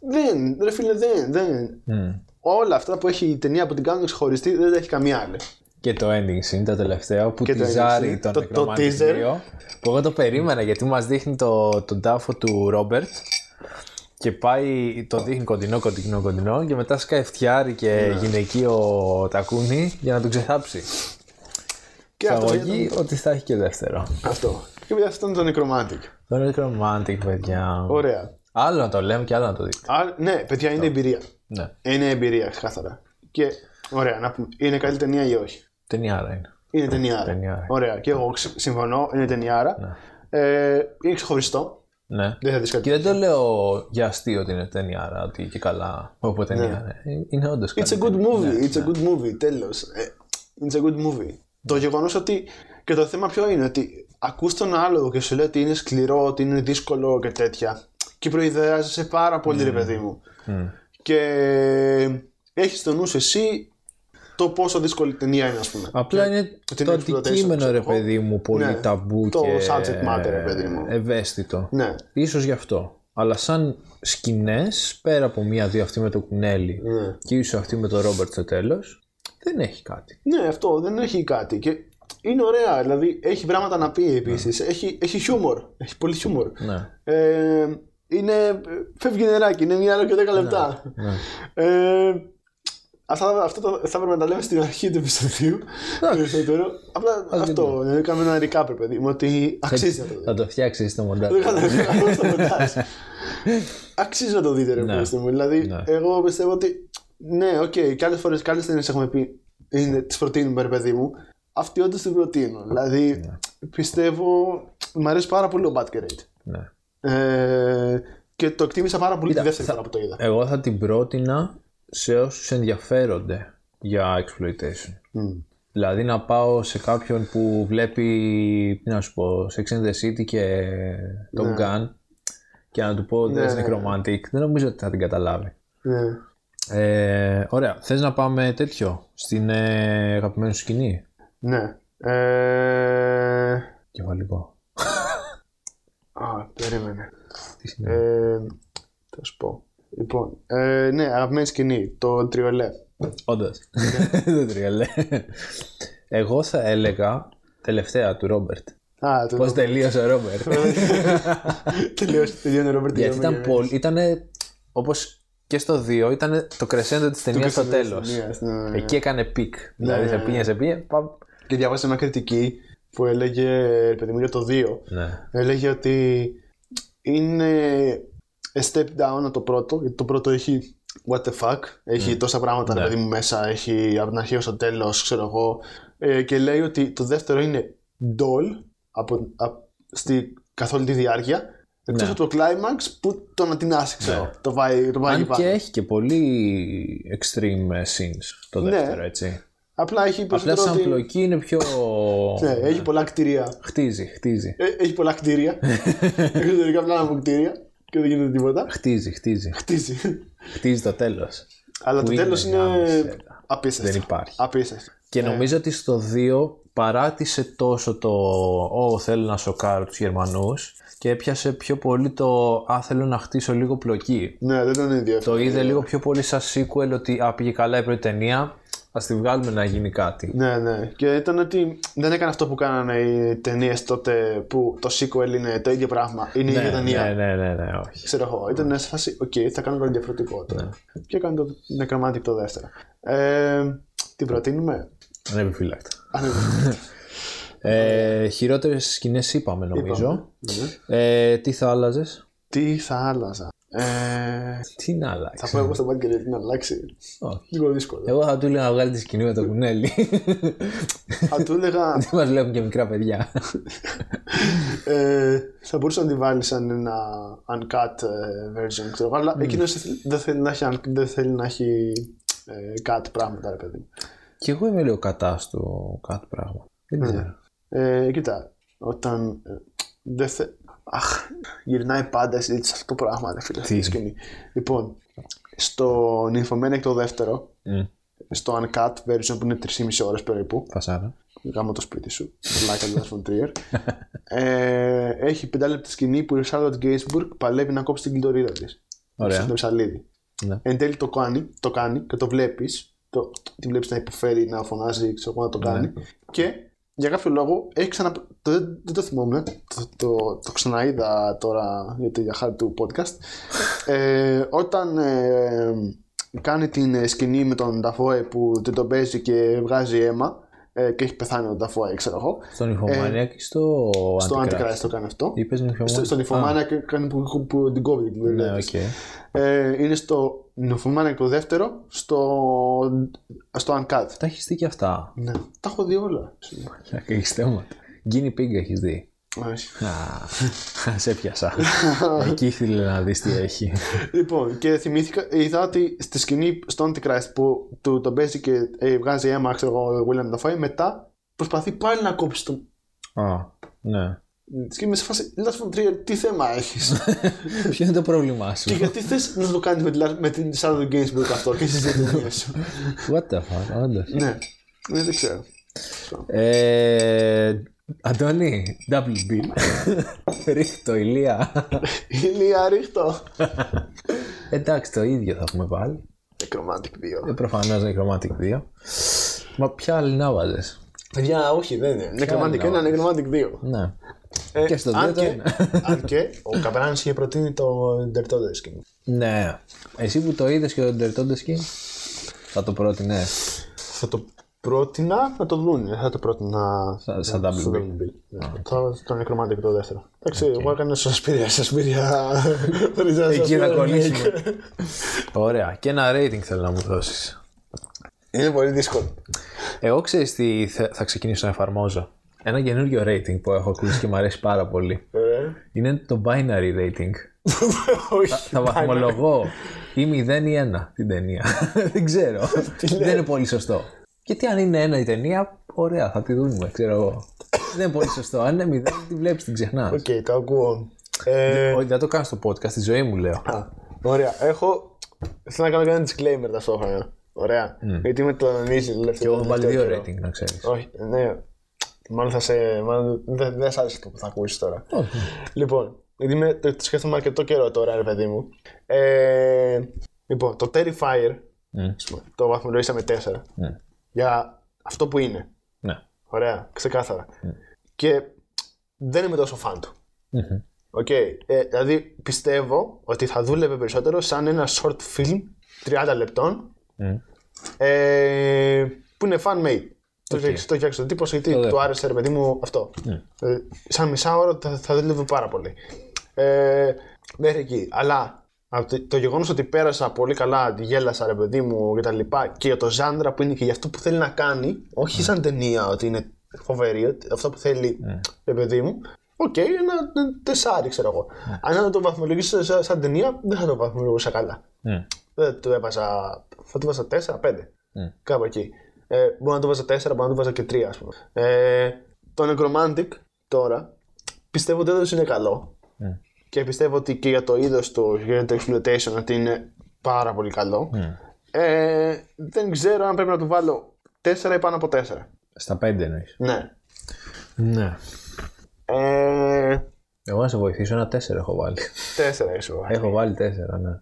δεν, ρε φίλε δεν, δεν Μμ. όλα αυτά που έχει η ταινία που την κάνουν ξεχωριστή δεν τα έχει καμία άλλη Και το ending scene, το τελευταίο, που Και το ending τυζάρει scene, τον το- το Necromantic teaser. 2, Που εγώ το περίμενα γιατί μας δείχνει το, τον τάφο του Ρόμπερτ και πάει, το δείχνει κοντινό, κοντινό, κοντινό και μετά σκάει φτιάρι και Ναι. γυναικείο τακούνι για να τον ξεθάψει. και αυτό ήταν, Αγωγή ότι θα έχει και δεύτερο. αυτό και μετά αυτό ήταν το Necromantic Το Necromantic, παιδιά. ωραία Άλλο να το λέμε και άλλο να το δείτε. Άρα, ναι παιδιά είναι εμπειρία Ναι. Είναι εμπειρία, ξεκάθαρα. Και ωραία, να πούμε. Είναι καλή ταινία ή όχι. Ταινιάρα είναι. Είναι ταινιάρα. Ταινιάρα. Ωραία, και εγώ ξε- συμφωνώ, είναι ταινιάρα. Ε, είναι ξεχωριστό. Ναι. Δεν θα δεις Και κάτι. δεν το λέω για αστείο ότι είναι ταινιάρα, ότι και καλά. Όπου ταινία. ναι. Είναι όντω It's a good movie, it's a good movie, τέλο. It's a good movie. Το γεγονός ότι. Και το θέμα ποιο είναι, ότι ακούς τον άλλο και σου λέει ότι είναι σκληρό, ότι είναι δύσκολο και τέτοια. Και προειδεάζεσαι πάρα πολύ, ρε παιδί μου. Και έχεις στο νους σου εσύ το πόσο δύσκολη ταινία είναι, ας πούμε. Απλά είναι Ότι το είναι exploitation, αντικείμενο, ξέρω ρε εγώ. παιδί μου, πολύ Ναι. ταμπού Το και subject matter, ρε παιδί μου. ευαίσθητο. Ναι. Ίσως γι' αυτό. Αλλά σαν σκηνές, πέρα από μία-δύο αυτή με το κουνέλι Ναι. και ίσως αυτή με τον Ρόμπερτ στο τέλος, δεν έχει κάτι. Ναι, αυτό δεν έχει κάτι. Και είναι ωραία, δηλαδή έχει πράγματα να πει επίσης. Έχει, έχει χιούμορ. Έχει πολύ χιούμορ. Ναι. Ε, είναι. Φεύγει νεράκι, είναι μία ώρα και Ναι. 10 λεπτά. Ε, αυτά, αυτά τα, θα έπρεπε να τα λέμε στην αρχή του επεισοδίου. περισσότερο. Απλά αυτό. Δηλαδή, κάνουμε ένα recap, ρε παιδί μου, ότι αξίζει να το δείτε. Θα το φτιάξεις στο μοντάζ. Δεν κάνω- δεν κάνω στο μοντάζ. Αξίζει να το δείτε, ρε παιδί μου. Δηλαδή, Ναι. εγώ πιστεύω ότι. Ναι, οκ, και άλλε φορέ καλέ ταινίες έχουμε πει. Είναι, τις προτείνουμε, ρε παιδί μου. Αυτή όντως την προτείνω. Δηλαδή, πιστεύω. Μ' αρέσει πάρα πολύ ο Batgirl. Ναι. Ε, και το εκτίμησα πάρα πολύ τη δεύτερη φορά που το είδα. Εγώ θα την πρότεινα σε όσους ενδιαφέρονται για exploitation. Μμ. Δηλαδή να πάω σε κάποιον που βλέπει, τι να σου πω, Sex and the City και Top Gun και να του πω ναι. Necromantic, δεν νομίζω ότι θα την καταλάβει. Ναι. Ε, ωραία, θες να πάμε τέτοιο, στην ε, αγαπημένη σου σκηνή, ναι. Ε, κεφαλικό. α, περίμενε. Τι σημαίνει. Ε, θα σου πω. Λοιπόν, ε, ναι, αγαπημένη σκηνή, το τριολέ. Όντως, δεν τριελέ. Εγώ θα έλεγα τελευταία του Ρόμπερτ. Α, το Πώς τελείωσε ο Ρόμπερτ. Τελείωσε, τελειώνει ο Ρόμπερτ. Γιατί Ναι, ήταν Ιωάννη. πολύ. Ήταν όπως και στο 2, ήταν το κρεσέντο τη ταινίας στο κρεσέντο της τέλος. ταινίας, ναι, ναι, ναι. Εκεί έκανε πικ. Δηλαδή σε πήγε, σε πήγε. Παμ. Και διάβασα μια κριτική που έλεγε, ρε παιδί μου, για το 2. Ναι. Έλεγε ότι είναι a step down από το πρώτο, γιατί το πρώτο έχει what the fuck, έχει Ναι. τόσα πράγματα ρε παιδί μου μέσα, έχει από την αρχή ως το τέλος, ξέρω εγώ. Ε, και λέει ότι το δεύτερο είναι dull από, απ- στη καθ' όλη τη διάρκεια, εκτός Ναι. από το climax που το ανατινάσει, ξέρω, το πάει, το πάει Αν πάνω. και έχει και πολύ extreme ε, scenes το Ναι. δεύτερο, έτσι. Απλά έχει Απλά περισσότερο σαν ότι... πλοκή είναι πιο. Ναι, έχει πολλά κτίρια. Χτίζει, χτίζει. Ε, έχει πολλά κτίρια. Εξωτερικά πλάνα από κτίρια και δεν γίνεται τίποτα. Χτίζει, χτίζει. Χτίζει. Χτίζει το τέλος. Αλλά Που το είναι τέλος είναι γάμισελα. απίστευτο. Δεν υπάρχει. Απίστευτο. Και νομίζω ότι στο 2 παράτησε τόσο το «Ω, θέλω να σοκάρω τους Γερμανούς» και έπιασε πιο πολύ το «Α, θέλω να χτίσω λίγο πλοκή». Ναι, δεν ήταν ίδιο αυτό. Το είδε λίγο πιο πολύ σαν sequel ότι «Α, πήγε καλά η πρώτη ταινία, Ας τη βγάλουμε να γίνει κάτι. Ναι, ναι. Και ήταν ότι δεν έκανε αυτό που κάνανε οι ταινίες τότε που το sequel είναι το ίδιο πράγμα. Είναι η ίδια ταινία. ναι, ναι, ναι, ναι, όχι. Ξέρω εγώ. Ήταν σε φάση, οκ, θα κάνω κάτι διαφορετικό τώρα. Ναι. Και έκανε το νεκρομάτι το δεύτερο. Ε, την προτείνουμε. ναι. Ανεπιφύλακτα. Αν- Ε, Χειρότερες σκηνές είπαμε Είπαμε. νομίζω. Ναι. Ε, τι θα άλλαζες. Τι θα άλλαζα. Ε, Τι να θα αλλάξει. πω εγώ στον Μπάγκερ γιατί να αλλάξει. Όχι. Λίγο δύσκολο. Εγώ θα του έλεγα να βγάλει τη σκηνή με το κουνέλι. Αν του έλεγα, Τι μας βλέπουν και μικρά παιδιά. ε, θα μπορούσα να τη βάλει σαν ένα uncut ε, version, ξέρω εγώ, αλλά εκείνος δεν θέλει να έχει, un- δεν θέλει να έχει ε, cut πράγματα, ρε παιδί μου. Κι εγώ είμαι λίγο κατά στο κάτι πράγμα. Δεν Ναι. ξέρω. Ε, κοίτα, όταν. ε, δεν θε... Αχ, γυρνάει πάντα η συζήτηση σε αυτό το πράγμα, ρε φίλε. αυτή η Σκηνή. Λοιπόν, στο Nymphomaniac το δεύτερο, Μμ, στο uncut version που είναι 3,5 ώρες περίπου, Φασάρα. γάμο το σπίτι σου, πλάκα του Lars von Trier, ε, έχει 5 λεπτή σκηνή που η Charlotte Gainsbourg παλεύει να κόψει την κλειτορίδα της. Ωραία. Στο ψαλίδι. Ναι. Εν τέλει το κάνει, το κάνει και το βλέπεις. Το, τη βλέπεις να υποφέρει, να φωνάζει, ξέρω εγώ να Ναι. το κάνει. Και για κάποιο λόγο έχει ξανα. Το, δεν, δεν το θυμόμουν. Το, το, το ξαναείδα τώρα γιατί για χάρη του podcast. ε, όταν ε, κάνει την ε, σκηνή με τον Νταφόε που δεν τον παίζει και βγάζει αίμα ε, και έχει πεθάνει ο Νταφόε, ξέρω εγώ. Στον Ιφωμανία και στο Στο Αντικράτ. Antichrist το κάνει αυτό. Είπες Νιφωμανία. Στο, στον Ιφωμάνια κάνει που, που, που την κόβει. την Ναι, δουλειά οκ. της. Ε, είναι στο Νοφουμάνεκ το δεύτερο, στο, στο Uncut. Τα έχεις δει και αυτά. Ναι, τα έχω δει όλα. Έχει θέματα. Γκίνι πίγκα έχεις δει. Όχι. Α, σε πιάσα. Εκεί ήθελε να δεις τι έχει. λοιπόν, και θυμήθηκα, είδα ότι στη σκηνή στο Antichrist που του τον παίζει και ε, βγάζει αίμα, ξέρω εγώ, ο William Dafoe, μετά προσπαθεί πάλι να κόψει τον. Α, ναι. Και είμαι σε φάση, Last von Trier, τι θέμα έχεις. Ποιο είναι το πρόβλημά σου. και γιατί θες να το κάνεις με, τη Lars- με την Sarah Gainsbourg αυτό και στι ταινίε σου. What the fuck, όντως. ναι, Ναι, δεν ξέρω. Ε, Αντώνη, double bill. Ρίχτο, ηλία. Ηλία, ρίχτω. Εντάξει, το ίδιο θα πούμε πάλι. Necromantic 2. Ε, Προφανώς Necromantic 2. Μα ποια άλλη να βάζες. Παιδιά, όχι, δεν είναι. Necromantic 1, Necromantic 2. Ναι. Ε, Και στο αν δεύτερο και- Αν και ο Καπράνης είχε προτείνει το Dirtode Skin. Ναι. Εσύ που το είδες και τον Τερτόντεσκι, θα το πρότεινες. Θα το πρότεινα να το δουν. Δεν θα το πρότεινα. Σαν- σαν double bill. Ναι. Το το νεκρομάτι και το δεύτερο. Εντάξει, εγώ έκανα σε σπίρια, σε σπίρια. Εκεί θα κολλήσουμε. Ωραία. Και ένα rating θέλω να μου δώσεις. Είναι πολύ δύσκολο. Εγώ ξέρεις τι θε- θα ξεκινήσω να εφαρμόζω. Ένα καινούριο rating που έχω ακούσει και μου αρέσει πάρα πολύ. Ωραία. Είναι το binary rating. Όχι. θα βαθμολογώ ή 0 ή 1 την ταινία. Δεν ξέρω. Δεν είναι πολύ σωστό. Γιατί αν είναι ένα η ταινία, ωραία, θα τη δούμε, ξέρω εγώ. Δεν είναι πολύ σωστό. Αν είναι 0, τη βλέπεις, την ξεχνάς. Οκ, το ακούω. Ε, Όχι, δεν το κάνω στο podcast, στη ζωή μου λέω. Α, Ωραία. Έχω. Θέλω να κάνω ένα disclaimer ταυτόχρονα. Ωραία. Γιατί με τον Ίζη Και εγώ έχω βάλει δύο rating, να ξέρεις. Όχι, ναι. Μάλλον θα σε. Μάλλον δεν δε σ' άρεσε αυτό που θα ακούσεις τώρα. ναι. λοιπόν, γιατί με, το, το σκέφτομαι αρκετό καιρό τώρα, ρε παιδί μου. Ε, λοιπόν, το Terrifier ας πούμε, το βαθμολογήσαμε 4. Για αυτό που είναι. Ναι. Ωραία, ξεκάθαρα. Και δεν είμαι τόσο φαν του. Μμμ. Οκ. Ε, δηλαδή πιστεύω ότι θα δούλευε περισσότερο σαν ένα short film 30 λεπτών Μμ. ε, που είναι fan made. Το έχει το έχει ο τύπο γιατί δέχομαι. του άρεσε ρε παιδί μου αυτό. Ε, σαν μισά ώρα θα, θα δούλευε πάρα πολύ. Ε, μέχρι εκεί. Αλλά από το, το γεγονός ότι πέρασα πολύ καλά, γέλασα ρε παιδί μου και τα λοιπά και για το ζάντρα που είναι και για αυτό που θέλει να κάνει, όχι σαν ταινία ότι είναι φοβερή, ότι αυτό που θέλει ρε παιδί μου. Οκ, ένα ένα τεσάρι ξέρω εγώ. Αν το βαθμολογήσω σαν, σαν ταινία, δεν θα το βαθμολογούσα καλά. Ναι. Δεν το έβαζα. Θα το βάζα 4-5. Ναι. Κάπου εκεί. Ε, μπορώ να το βάζα 4, μπορώ να το βάζα και 3, ας πούμε. Ε, το Necromantic τώρα πιστεύω ότι δεν είναι καλό. Ναι. Και πιστεύω ότι και για το είδος του, και για το exploitation, ότι είναι πάρα πολύ καλό. Ναι. Ε, δεν ξέρω αν πρέπει να του βάλω 4 ή πάνω από 4. Στα 5 εννοείς. Ναι. Ναι. Ε, Εγώ να σε βοηθήσω, ένα 4 έχω βάλει. 4 ίσω. έχω βάλει 4, ναι.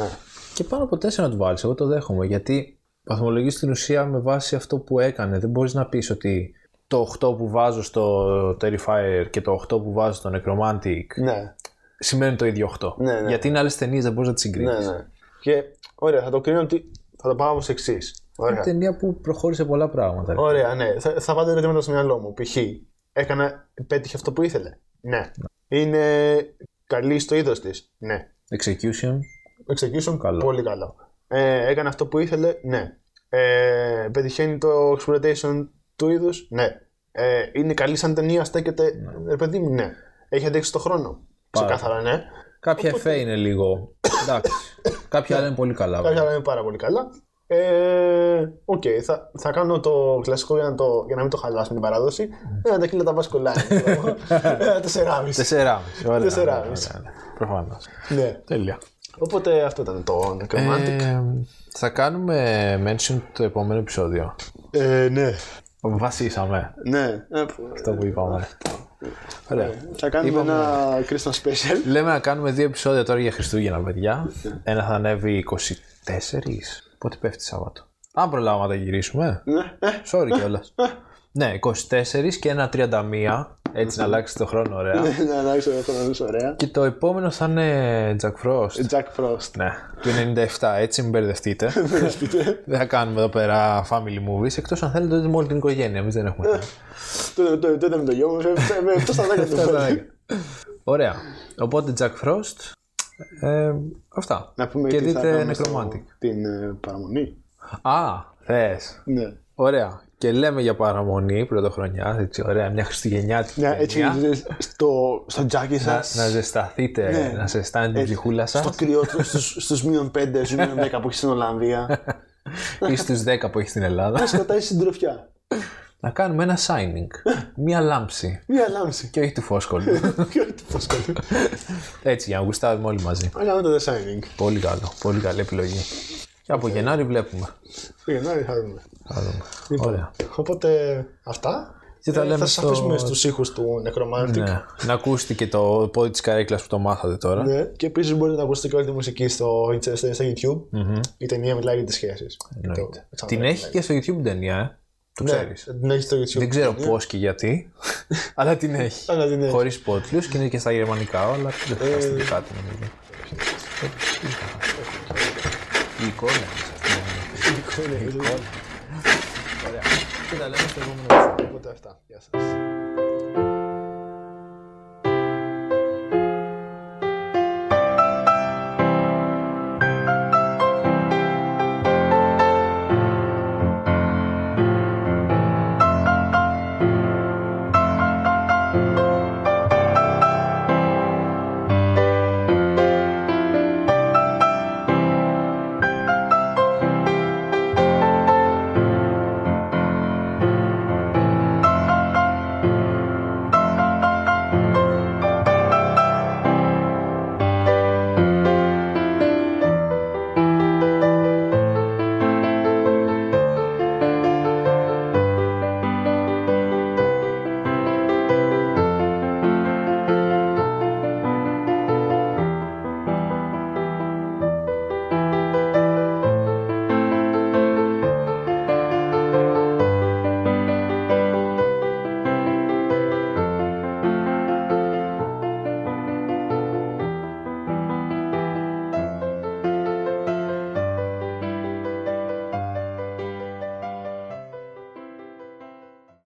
Ναι. Και πάνω από 4 να του βάλεις, εγώ το δέχομαι γιατί βαθμολογείς την ουσία με βάση αυτό που έκανε. Δεν μπορείς να πεις ότι το 8 που βάζω στο Terrifier και το 8 που βάζω στο Necromantic Ναι, σημαίνουν το ίδιο 8. Ναι, ναι. Γιατί είναι άλλες ταινίες, δεν μπορείς να τις συγκρίνεις. ναι, ναι. Και ωραία, θα το κρίνω ότι θα το πάω όπω εξής. Είναι Ωραία. ταινία που προχώρησε πολλά πράγματα. ρε. Ωραία, ναι. Θα, θα βάλω ερωτήματα στο μυαλό μου. Π.χ. Έκανα, πέτυχε αυτό που ήθελε. Ναι. Είναι καλή στο είδος της. Ναι. Execution. Execution, Καλό. πολύ καλό. Ε, έκανε αυτό που ήθελε, ναι. Ε, πετυχαίνει το exploitation του είδους, ναι. Ε, είναι καλή σαν ταινία, στέκεται. Ναι. παιδί μου, ναι. Έχει αντέξει το χρόνο. Πάρα. Ξεκάθαρα, ναι. Κάποια εφέ είναι λίγο. Εντάξει. Κάποια άλλα είναι πολύ καλά. Κάποια βέβαια. άλλα είναι πάρα πολύ καλά. Ε, Οκ, θα, θα κάνω το κλασικό για να, το, για να μην το χαλάσουμε την παράδοση. Ένα τακίλα τα βάζει κολλάει. Ένα Ε, τεσσεράμιση. Τεσσερά. Ωραία. Τεσσεράμιση. Προφανώς. Ναι. Τέλεια. Οπότε αυτό ήταν το Necromantic. Ε, θα κάνουμε mention το επόμενο επεισόδιο. Ε, ναι. Βασίσαμε Ναι. Ε, αυτό που είπαμε. Ωραία. θα κάνουμε ένα Christmas special. Λέμε να κάνουμε δύο επεισόδια τώρα για Χριστούγεννα, παιδιά. Ένα θα ανέβει 24. Πότε πέφτει Σάββατο. Αν προλάβουμε να τα γυρίσουμε. Ναι. Ε, Sorry κιόλας. ναι, 24 και ένα 31. Έτσι να αλλάξεις το χρόνο, ωραία. ναι, να αλλάξω το χρόνο, είναι ωραία. και το επόμενο θα είναι Jack Frost. Jack Frost. ναι, του 97. Έτσι μην μπερδευτείτε. δεν θα κάνουμε εδώ πέρα family movies. Εκτός αν θέλετε, τότε με όλη την οικογένεια. Εμείς δεν έχουμε. Τότε- τότε- Τότε με το γιο μου, ε, με αυτό στα δέκα του. Αυτά τα δέκα. Ωραία. Οπότε Jack Frost. Ε, αυτά. Να πούμε και τι θα δείτε κάνουμε στο- Necromantic. Την ε, παραμονή. Α, θες. Ναι. Ωραία. Και λέμε για παραμονή πρωτοχρονιά, έτσι, ωραία, μια χριστουγεννιάτικη Ναι, ταινία. έτσι στο, στο τζάκι να, σας, να ζεσταθείτε, Ναι. να ζεστάνετε την ψυχούλα στο σας κρυό του, στους, στους μείον 5, στους μείον 10 που έχεις στην Ολλανδία, ή στους 10 που έχεις στην Ελλάδα. να σκοτάει στην τροφιά. να κάνουμε ένα signing, μία λάμψη Μία λάμψη. και όχι του φόσκολου. Και ό,τι το σκοτεί. έτσι, για να γουστάρουμε όλοι μαζί. Έκανα το The Shining. Πολύ καλό, πολύ καλή επιλογή. Και από Γενάρη βλέπουμε. Το Γενάρη θα δούμε. Θα δούμε. Λοιπόν. Ωραία. Οπότε αυτά. Και τα Ε, λέμε θα σας στο- αφήσουμε στους ήχους του Necromantic. Ναι. Να ακούσετε και το πόδι της καρέκλας που το μάθατε τώρα. Ναι. Και επίσης μπορείτε να ακούσετε και όλη τη μουσική στο, στο, στο YouTube. Η ταινία μιλάει για τις σχέσεις. Mm-hmm. Εννοείται. Την έχει και στο YouTube την ταινία, ε. ναι, Το ξέρεις. Ναι, Την έχει στο YouTube. Δεν ξέρω πώς και γιατί, αλλά την έχει. Αλλά την έχει. Χωρίς πότλους και είναι και στα γερμανικά, αλλά δεν χρειάζεται κάτι νομίζω. Ε, Η εικόνα. Ναι, Ωραία. Και τα λέμε στο επόμενο επεισόδιο. Οπότε αυτά. Γεια σας.